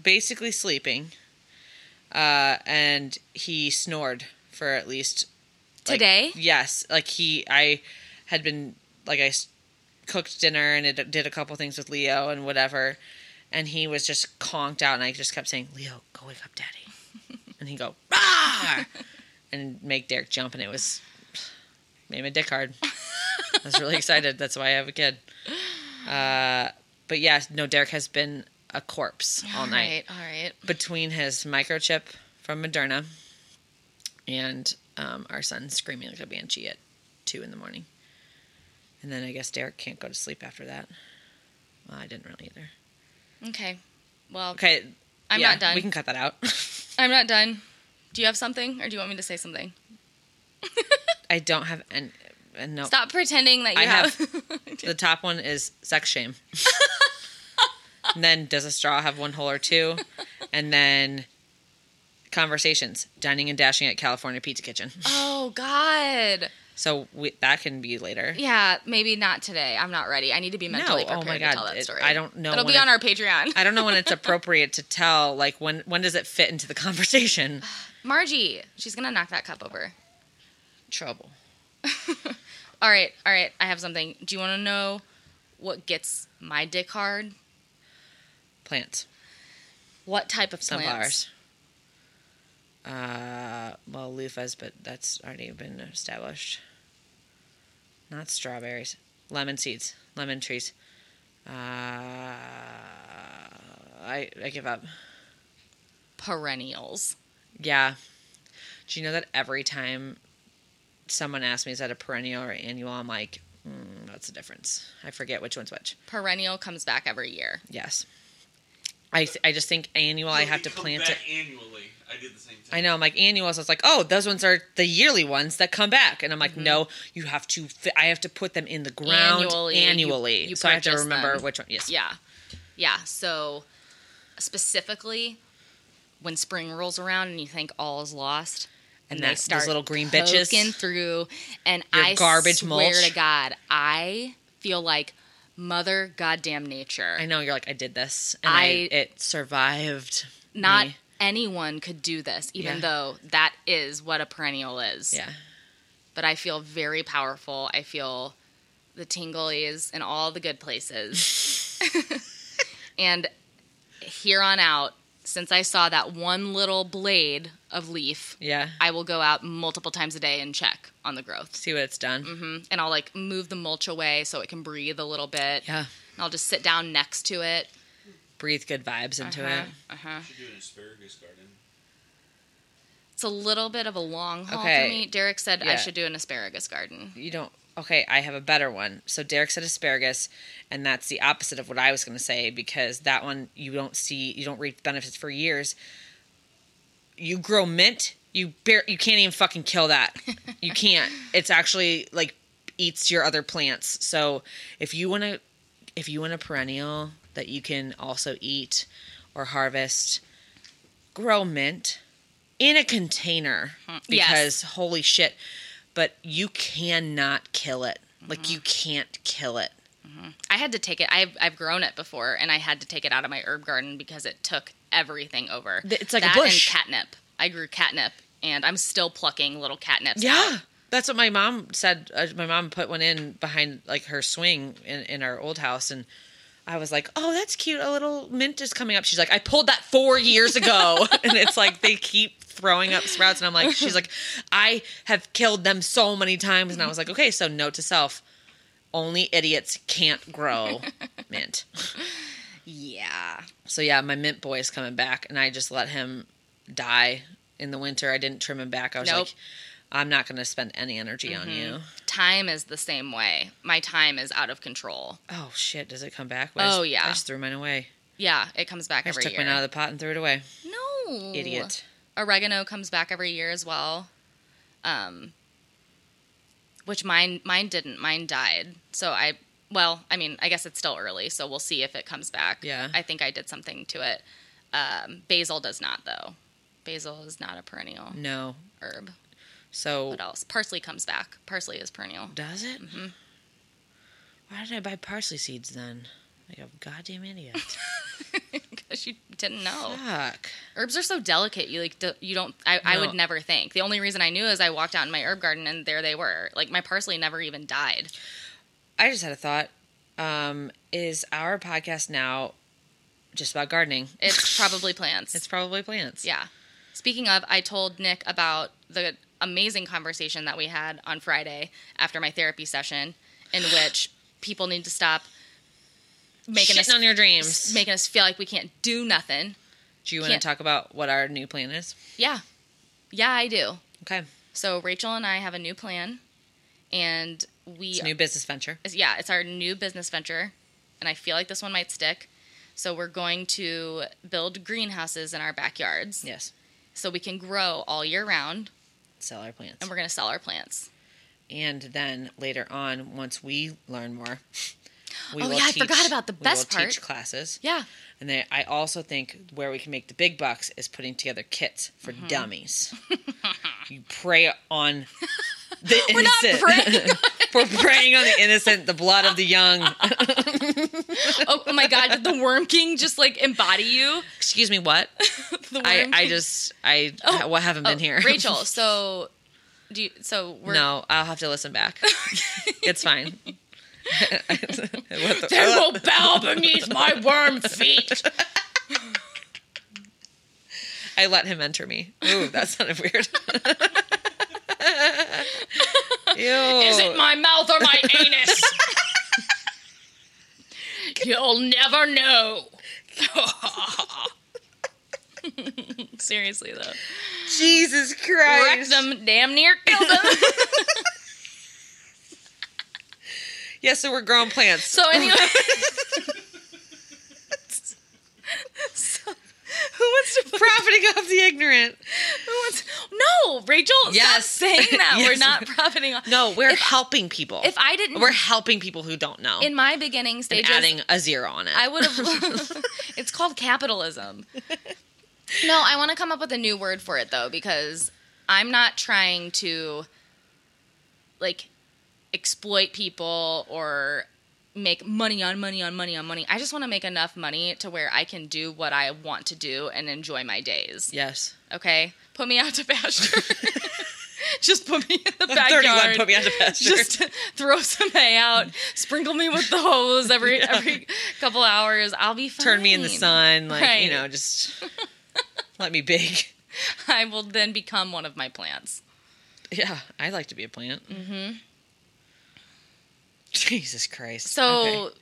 basically sleeping, uh, and he snored for at least like- Today? yes, like he I had been like I s- cooked dinner and it did a couple things with Leo and whatever, and he was just conked out, and I just kept saying, "Leo, go wake up, Daddy," and he'd go, "Rah!" and make Derek jump, and it was made my dick hard. I was really excited. That's why I have a kid. Uh, but yeah, no, Derek has been a corpse all night All right. between his microchip from Moderna and um, our son screaming like a banshee at two in the morning. And then I guess Derek can't go to sleep after that. Well, I didn't really either. Okay. Well, Okay. I'm yeah, not done. We can cut that out. I'm not done. Do you have something, or do you want me to say something? I don't have an. and no. Stop pretending that you I have. have- The top one is sex shame. and then does a straw have one hole or two? And then conversations, dining and dashing at California Pizza Kitchen. oh God. So we, that can be later. Yeah, maybe not today. I'm not ready. I need to be mentally No, oh prepared my to God, tell that it- story. I don't know It'll when be on it- our Patreon. I don't know when it's appropriate to tell. Like when when does it fit into the conversation? Margie, she's gonna knock that cup over. Trouble. All right, all right. I have something. Do you want to know what gets my dick hard? Plants. What type of plants? Sunflowers. Uh, well, loofahs, but that's already been established. Not strawberries. Lemon seeds. Lemon trees. Uh, I I give up. Perennials. Yeah. Do you know that every time someone asks me is that a perennial or annual, I'm like, mm, what's the difference? I forget which one's which. Perennial comes back every year. Yes. I, I just think annual, I have to plant it. annually. I did the same thing. I know. I'm like annuals. I was like, oh, those ones are the yearly ones that come back, and I'm like, Mm-hmm. no, you have to. Fi- I have to put them in the ground Annually, annually. you- you so I have to purchase remember them. which one. Yes. Yeah. Yeah. So specifically when spring rolls around and you think all is lost And and that- they those start little green bitches. poking through and Your I garbage swear mulch. to God, I feel like mother goddamn nature. I know. You're like, I did this, and I, I- it survived. Not me. anyone could do this, even Yeah. though that is what a perennial is. Yeah. But I feel very powerful. I feel the tinglies in all the good places. and here on out, since I saw that one little blade of leaf, Yeah. I will go out multiple times a day and check on the growth. See what it's done. hmm And I'll like move the mulch away so it can breathe a little bit. Yeah. And I'll just sit down next to it. Breathe good vibes into uh-huh, it. Uh-huh. should do an asparagus garden. It's a little bit of a long haul Okay. for me. Derek said I Yeah. should do an asparagus garden. You don't. Okay, I have a better one. So Derek said asparagus, and that's the opposite of what I was going to say because that one you don't see, you don't reap benefits for years. You grow mint, you bear, you can't even fucking kill that. You can't. It's actually like eats your other plants. So if you want to, if you want a perennial that you can also eat or harvest, grow mint in a container Yes. because holy shit but you cannot kill it like you can't kill it I had to take it. I've I've grown it before, and I had to take it out of my herb garden because it took everything over. Th- it's like a that bush. and catnip. I grew catnip, and I'm still plucking little catnips. out. that's what my mom said uh, my mom put one in behind like her swing in, in our old house and i was like oh that's cute a little mint is coming up she's like i pulled that four years ago and it's like they keep throwing up sprouts and i'm like she's like i have killed them so many times and i was like okay so note to self only idiots can't grow mint yeah. So yeah, my mint boy is coming back, and I just let him die in the winter. I didn't trim him back. I was Nope. like, I'm not going to spend any energy on you. Time is the same way. My time is out of control. Oh shit! Does it come back? Well, I Oh, just- yeah. I just threw mine away. Yeah, it comes back I just every took year. mine out of the pot and threw it away. no, Idiot. Oregano comes back every year as well. Um, which mine mine didn't. Mine died. So I well, I mean, I guess it's still early, so we'll see if it comes back. Yeah. I think I did something to it. Um, basil does not though. Basil is not a perennial No. herb. So What else? Parsley comes back. Parsley is perennial. does it? Mm-hmm. Why did I buy parsley seeds then? Like a goddamn idiot. Because you didn't know. Fuck. Herbs are so delicate. You like do, you don't. I, I would No. never think. The only reason I knew is I walked out in my herb garden and there they were. Like my parsley never even died. I just had a thought. Um, is our podcast now just about gardening? It's probably plants. It's probably plants. Yeah. Speaking of, I told Nick about the amazing conversation that we had on Friday after my therapy session, in which people need to stop making Shitting us on your dreams. making us feel like we can't do nothing. Do you want to Can't- talk about what our new plan is? Yeah, yeah, I do. Okay. So Rachel and I have a new plan, and we It's a new business venture. yeah, it's our new business venture. and I feel like this one might stick. So we're going to build greenhouses in our backyards Yes. so we can grow all year round Sell our plants. and we're going to sell our plants. and then later on, once we learn more, we Oh, yeah, I forgot about the we will best part. Teach classes, Yeah. and then I also think where we can make the big bucks is putting together kits for Mm-hmm. dummies. you prey on the We're not innocent. preying We're preying on the innocent, the blood of the young. Oh, oh my God. Did the Worm King just like embody you? Excuse me, what? The Worm I, I King. just I Oh, what haven't been Oh, here. Rachel, so do you, so we're no, I'll have to listen back. it's fine. What the- They will bow beneath my worm feet. I let him enter me. Ooh, that sounded weird. Ew. Is it my mouth or my anus? You'll never know. Seriously though, Jesus wrecked Christ. them, damn near killed them. Yeah, so we're growing plants. so anyway, So, who wants to play? Profiting off the ignorant. Who wants? No, Rachel, Yes. stop saying that. We're Yes. not profiting. off- No, we're helping people. If I didn't, we're helping people who don't know. in my beginning and stages, adding a zero on it. I would have. it's called capitalism. No, I want to come up with a new word for it though, because I'm not trying to like exploit people or make money on money on money on money. I just want to make enough money to where I can do what I want to do and enjoy my days. yes. Okay, put me out to pasture. just put me in the backyard. 31 put me on the pasture. Just throw some hay out, sprinkle me with the hose every every couple hours. I'll be fine. Turn me in the sun. Like, Right. you know, just let me bake. I will then become one of my plants. Yeah, I'd like to be a plant. Mm-hmm. Jesus Christ. So Okay.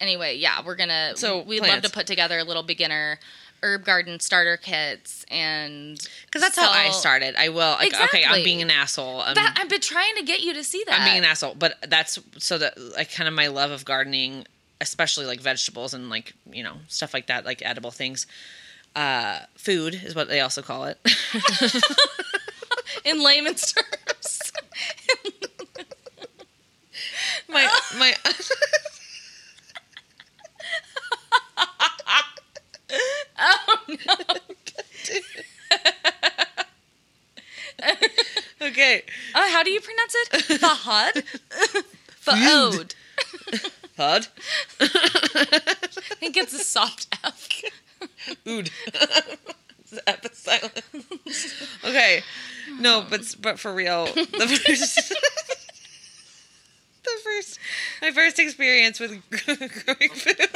anyway, yeah, we're gonna. So, we love plants. to put together little beginner herb garden starter kits, and Because that's how I so- started. I will. Like, Okay, Exactly. I'm being an asshole. I'm, That, I've been trying to get you to see that. I'm being an asshole, but that's so that like kind of my love of gardening, especially like vegetables and like you know stuff like that, like edible things. Uh, food is what they also call it. in layman's terms. my my. okay. Uh, how do you pronounce it? Fahad? Fahod. Hud. I think it's a soft F. Ood. At the silence. Okay. No, but but for real, the first the first my first experience with growing food.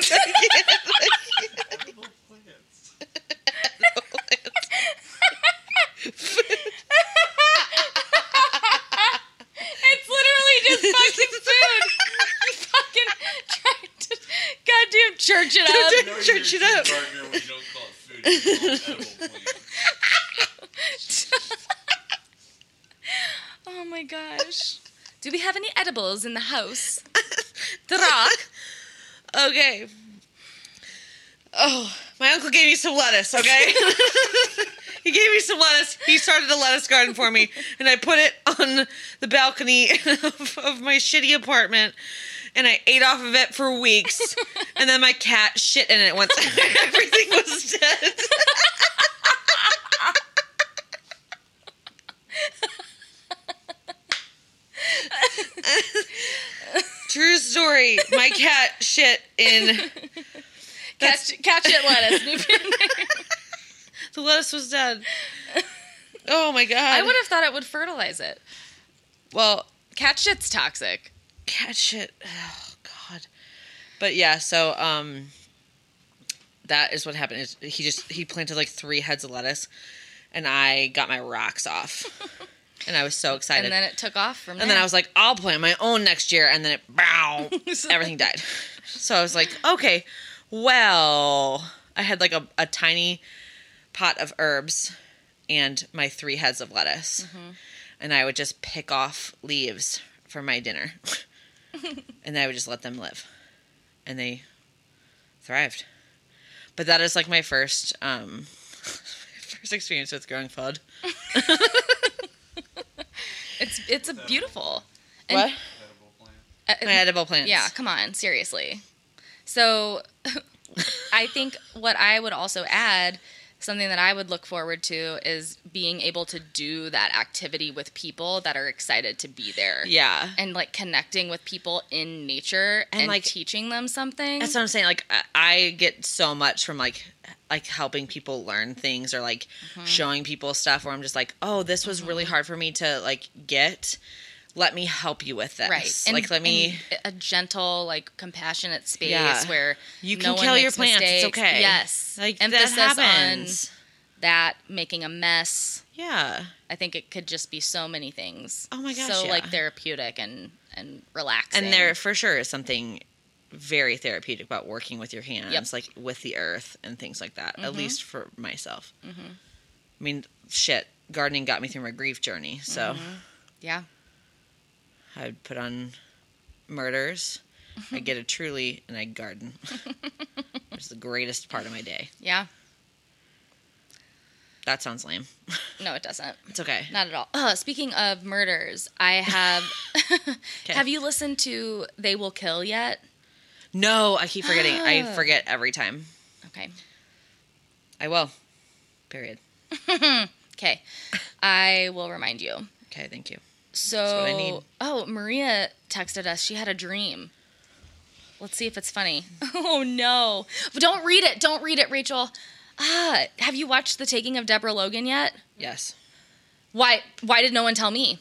Edible plants. It's literally just fucking food. You fucking tried to goddamn church it up. No, Church you're it a up. Gardener, when you don't call it food. You call it edible plants. Oh my gosh. Do we have any edibles in the house? Drak. okay. Oh, my uncle gave me some lettuce, okay? he gave me some lettuce. He started a lettuce garden for me, and I put it on the balcony of, of my shitty apartment, and I ate off of it for weeks. and then my cat shit in it once everything was dead. True story. My cat shit in Catch, catch it lettuce. New pin name. the lettuce was dead. Oh my god. I would have thought it would fertilize it. well, Cat shit's toxic. catch it. Oh God. But yeah, so um, that is what happened. Is he just he planted like three heads of lettuce, and I got my rocks off, and I was so excited. And then it took off from And then I was like, I'll plant my own next year, and then it bow, everything died. So I was like, okay, well, I had like a, a tiny pot of herbs and my three heads of lettuce, Mm-hmm. and I would just pick off leaves for my dinner, and I would just let them live, and they thrived. But that is like my first um first experience with growing food. It's it's a beautiful. And- What? Edible plant. uh, My edible plants. yeah, come on, seriously. So I think what I would also add, something that I would look forward to is being able to do that activity with people that are excited to be there. Yeah. And like connecting with people in nature And, and, like- like teaching them something. That's what I'm saying. Like I- I get so much from like like helping people learn things or like Mm-hmm. showing people stuff where I'm just like, oh, this was really hard for me to like get. Let me help you with this. right. like let me. and a gentle, like compassionate space Yeah. where you no can one kill your makes plants. It's mistakes. okay. Yes. Like Emphasis that happens. on that, making a mess. yeah. I think it could just be so many things. Oh my gosh, So like yeah. therapeutic and and relaxing. And there for sure is something very therapeutic about working with your hands, Yep. like with the earth and things like that. At Mhm. least for myself. Mm-hmm. I mean, shit, gardening got me through my grief journey. Mm-hmm. So yeah, I'd put on murders. I get a truly and I garden. It's the greatest part of my day. yeah. That sounds lame. No, it doesn't. It's okay. Not at all. Uh, speaking of murders, I have. 'Kay. Have you listened to "They Will Kill" yet? No, I keep forgetting. Ah. I forget every time. Okay. I will. Period. Okay. I will remind you. Okay, thank you. So. what I need. Oh, Maria texted us. She had a dream. Let's see if it's funny. Oh no! Don't read it. Don't read it, Rachel. Ah, have you watched The Taking of Deborah Logan yet? Yes. Why? Why did no one tell me?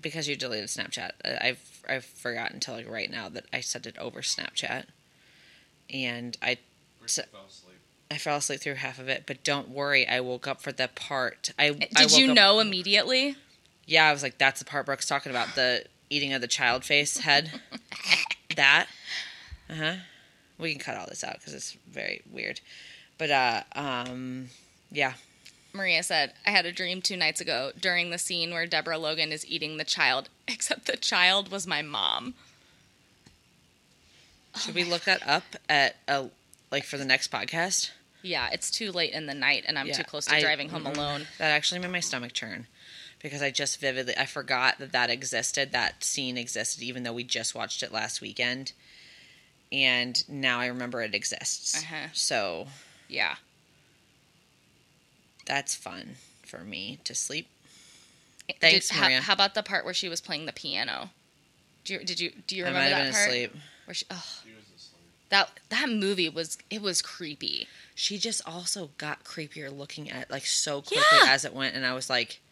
because you deleted Snapchat. I- I've I've forgotten until like right now that I sent it over Snapchat, and I So- Rachel fell asleep. I fell asleep through half of it. But don't worry, I woke up for the part. I I Did you woke up- know immediately? Yeah, I was like, that's the part Brooke's talking about the eating of the child face head. that. Uh huh. We can cut all this out because it's very weird. But uh um yeah Maria said, I had a dream two nights ago during the scene where Deborah Logan is eating the child, except the child was my mom. Oh should we look that up at a like for the next podcast. Yeah, it's too late in the night and I'm Yeah, too close to I- Mm-hmm. driving home mm-mm. alone. That actually made my stomach churn because I just vividly I forgot that that existed, that scene existed, even though we just watched it last weekend, and now I remember it exists. Uh-huh. So Yeah. that's fun for me to sleep. Did- Thanks, ho- Maria. How, about the part where she was playing the piano? Do you, did you do you I remember might that have been part? asleep. Where she, oh, She was asleep. that that movie was it was creepy. She just also got creepier looking at like so quickly Yeah. as it went, and I was like, "Oh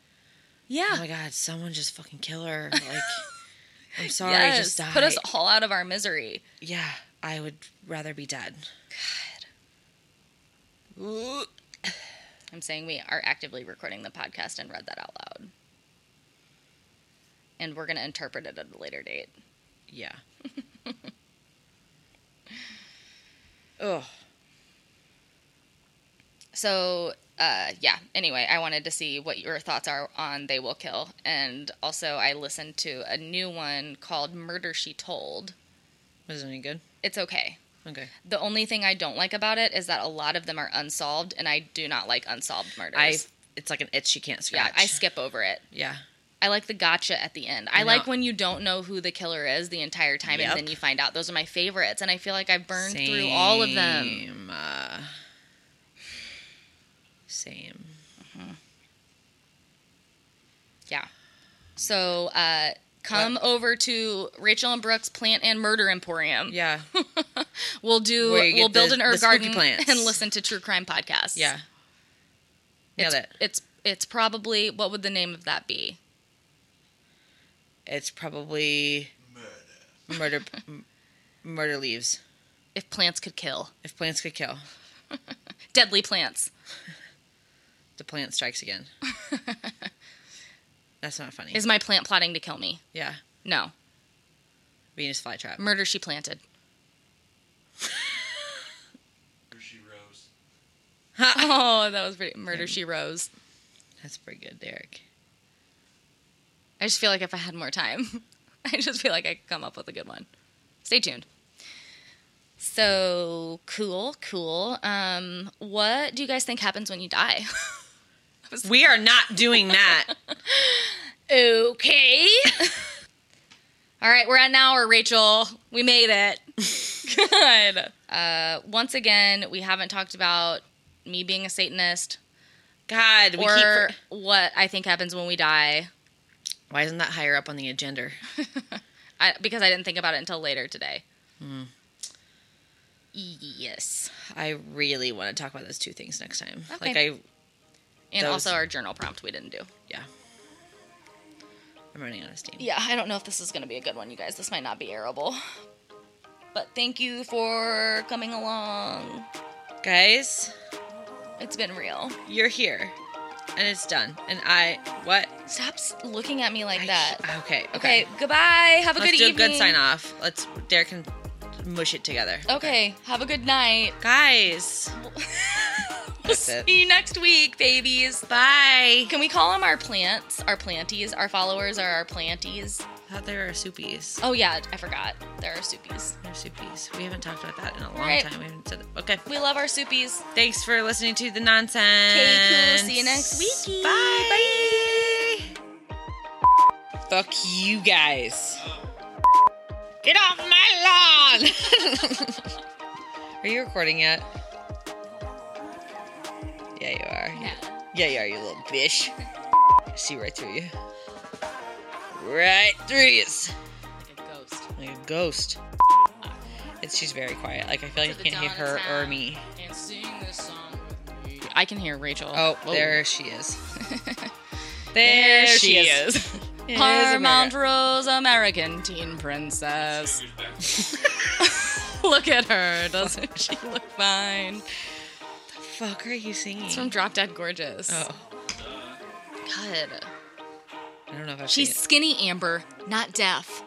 Yeah. my god, someone just fucking kill her!" Like, I'm sorry, yes. just die. Put us all out of our misery. Yeah, I would rather be dead. Ooh. I'm saying we are actively recording the podcast and read that out loud. And we're going to interpret it at a later date. Yeah. oh, So, uh, yeah. Anyway, I wanted to see what your thoughts are on They Will Kill. And also, I listened to a new one called Murder She Told. was it any good? It's okay. Okay. The only thing I don't like about it is that a lot of them are unsolved, and I do not like unsolved murders. I it's like an itch you can't yeah, scratch. I skip over it. yeah. I like the gotcha at the end. I I know. like when you don't know who the killer is the entire time Yep. and then you find out. Those are my favorites, and I feel like I've burned through all of them. Same, Uh, same. Yeah. So uh, come over to Rachel and Brooks Plant and Murder Emporium. Yeah. We'll do. Where you get We'll build the- an herb the spooky garden plants. and listen to true crime podcasts. Yeah. Nailed it's, it. It's it's probably what would the name of that be? It's probably Murder. murder. m- murder leaves. If plants could kill, If plants could kill, deadly plants. the plant strikes again. That's not funny. Is my plant plotting to kill me? yeah. No, Venus flytrap. murder she planted. Here she rose. Oh, that was pretty. Murder she rose. That's pretty good, Derek. I just feel like if I had more time, I just feel like I could come up with a good one. Stay tuned. So cool, cool. Um, what do you guys think happens when you die? We are not doing that. okay. All right, we're at an hour, Rachel. We made it. Good. Uh, once again, we haven't talked about me being a Satanist God, we keep. or what I think happens when we die. Why isn't that higher up on the agenda? I, because I didn't think about it until later today. Hmm. Yes. I really want to talk about those two things next time. Okay. Like I, And That was- also our journal prompt we didn't do. yeah. I'm running out of steam. Yeah, I don't know if this is going to be a good one, you guys. This might not be airable. But thank you for coming along. Guys, It's been real. you're here, and it's done. And I, what? Stop s- looking at me like I- ah, that. okay. Okay, goodbye. Have a Let's good do evening. a good sign off. Let's Derek can mush it together. Okay, have a good night. Guys. We'll That's it. see you next week, babies. Bye. Can we call them our plants? Our planties? Our followers are our planties? I thought they were soupies. Oh, yeah, I forgot. They're our soupies. They're soupies. We haven't talked about that in a long right. time. We haven't said Okay. We love our soupies. Thanks for listening to the nonsense. Okay, cool. See you next weeky. Bye. Bye. Fuck you guys. Get off my lawn. are you recording yet? Yeah, you are. Yeah, you are, you little bitch. I See right through you. Right through you. Like a ghost. Like a ghost. It's she's very quiet. Like I feel like To you the can't hear dawn of her or time. me. And sing this song with me. I can hear Rachel. Oh, Whoa. there she is. there, There she is. It is Paramount America. Rose, American teen princess. Here's back. Look at her. Doesn't she look fine? Fuck are you singing? It's from Drop Dead Gorgeous. oh, God. I don't know if I've She's seen skinny, Amber, not deaf.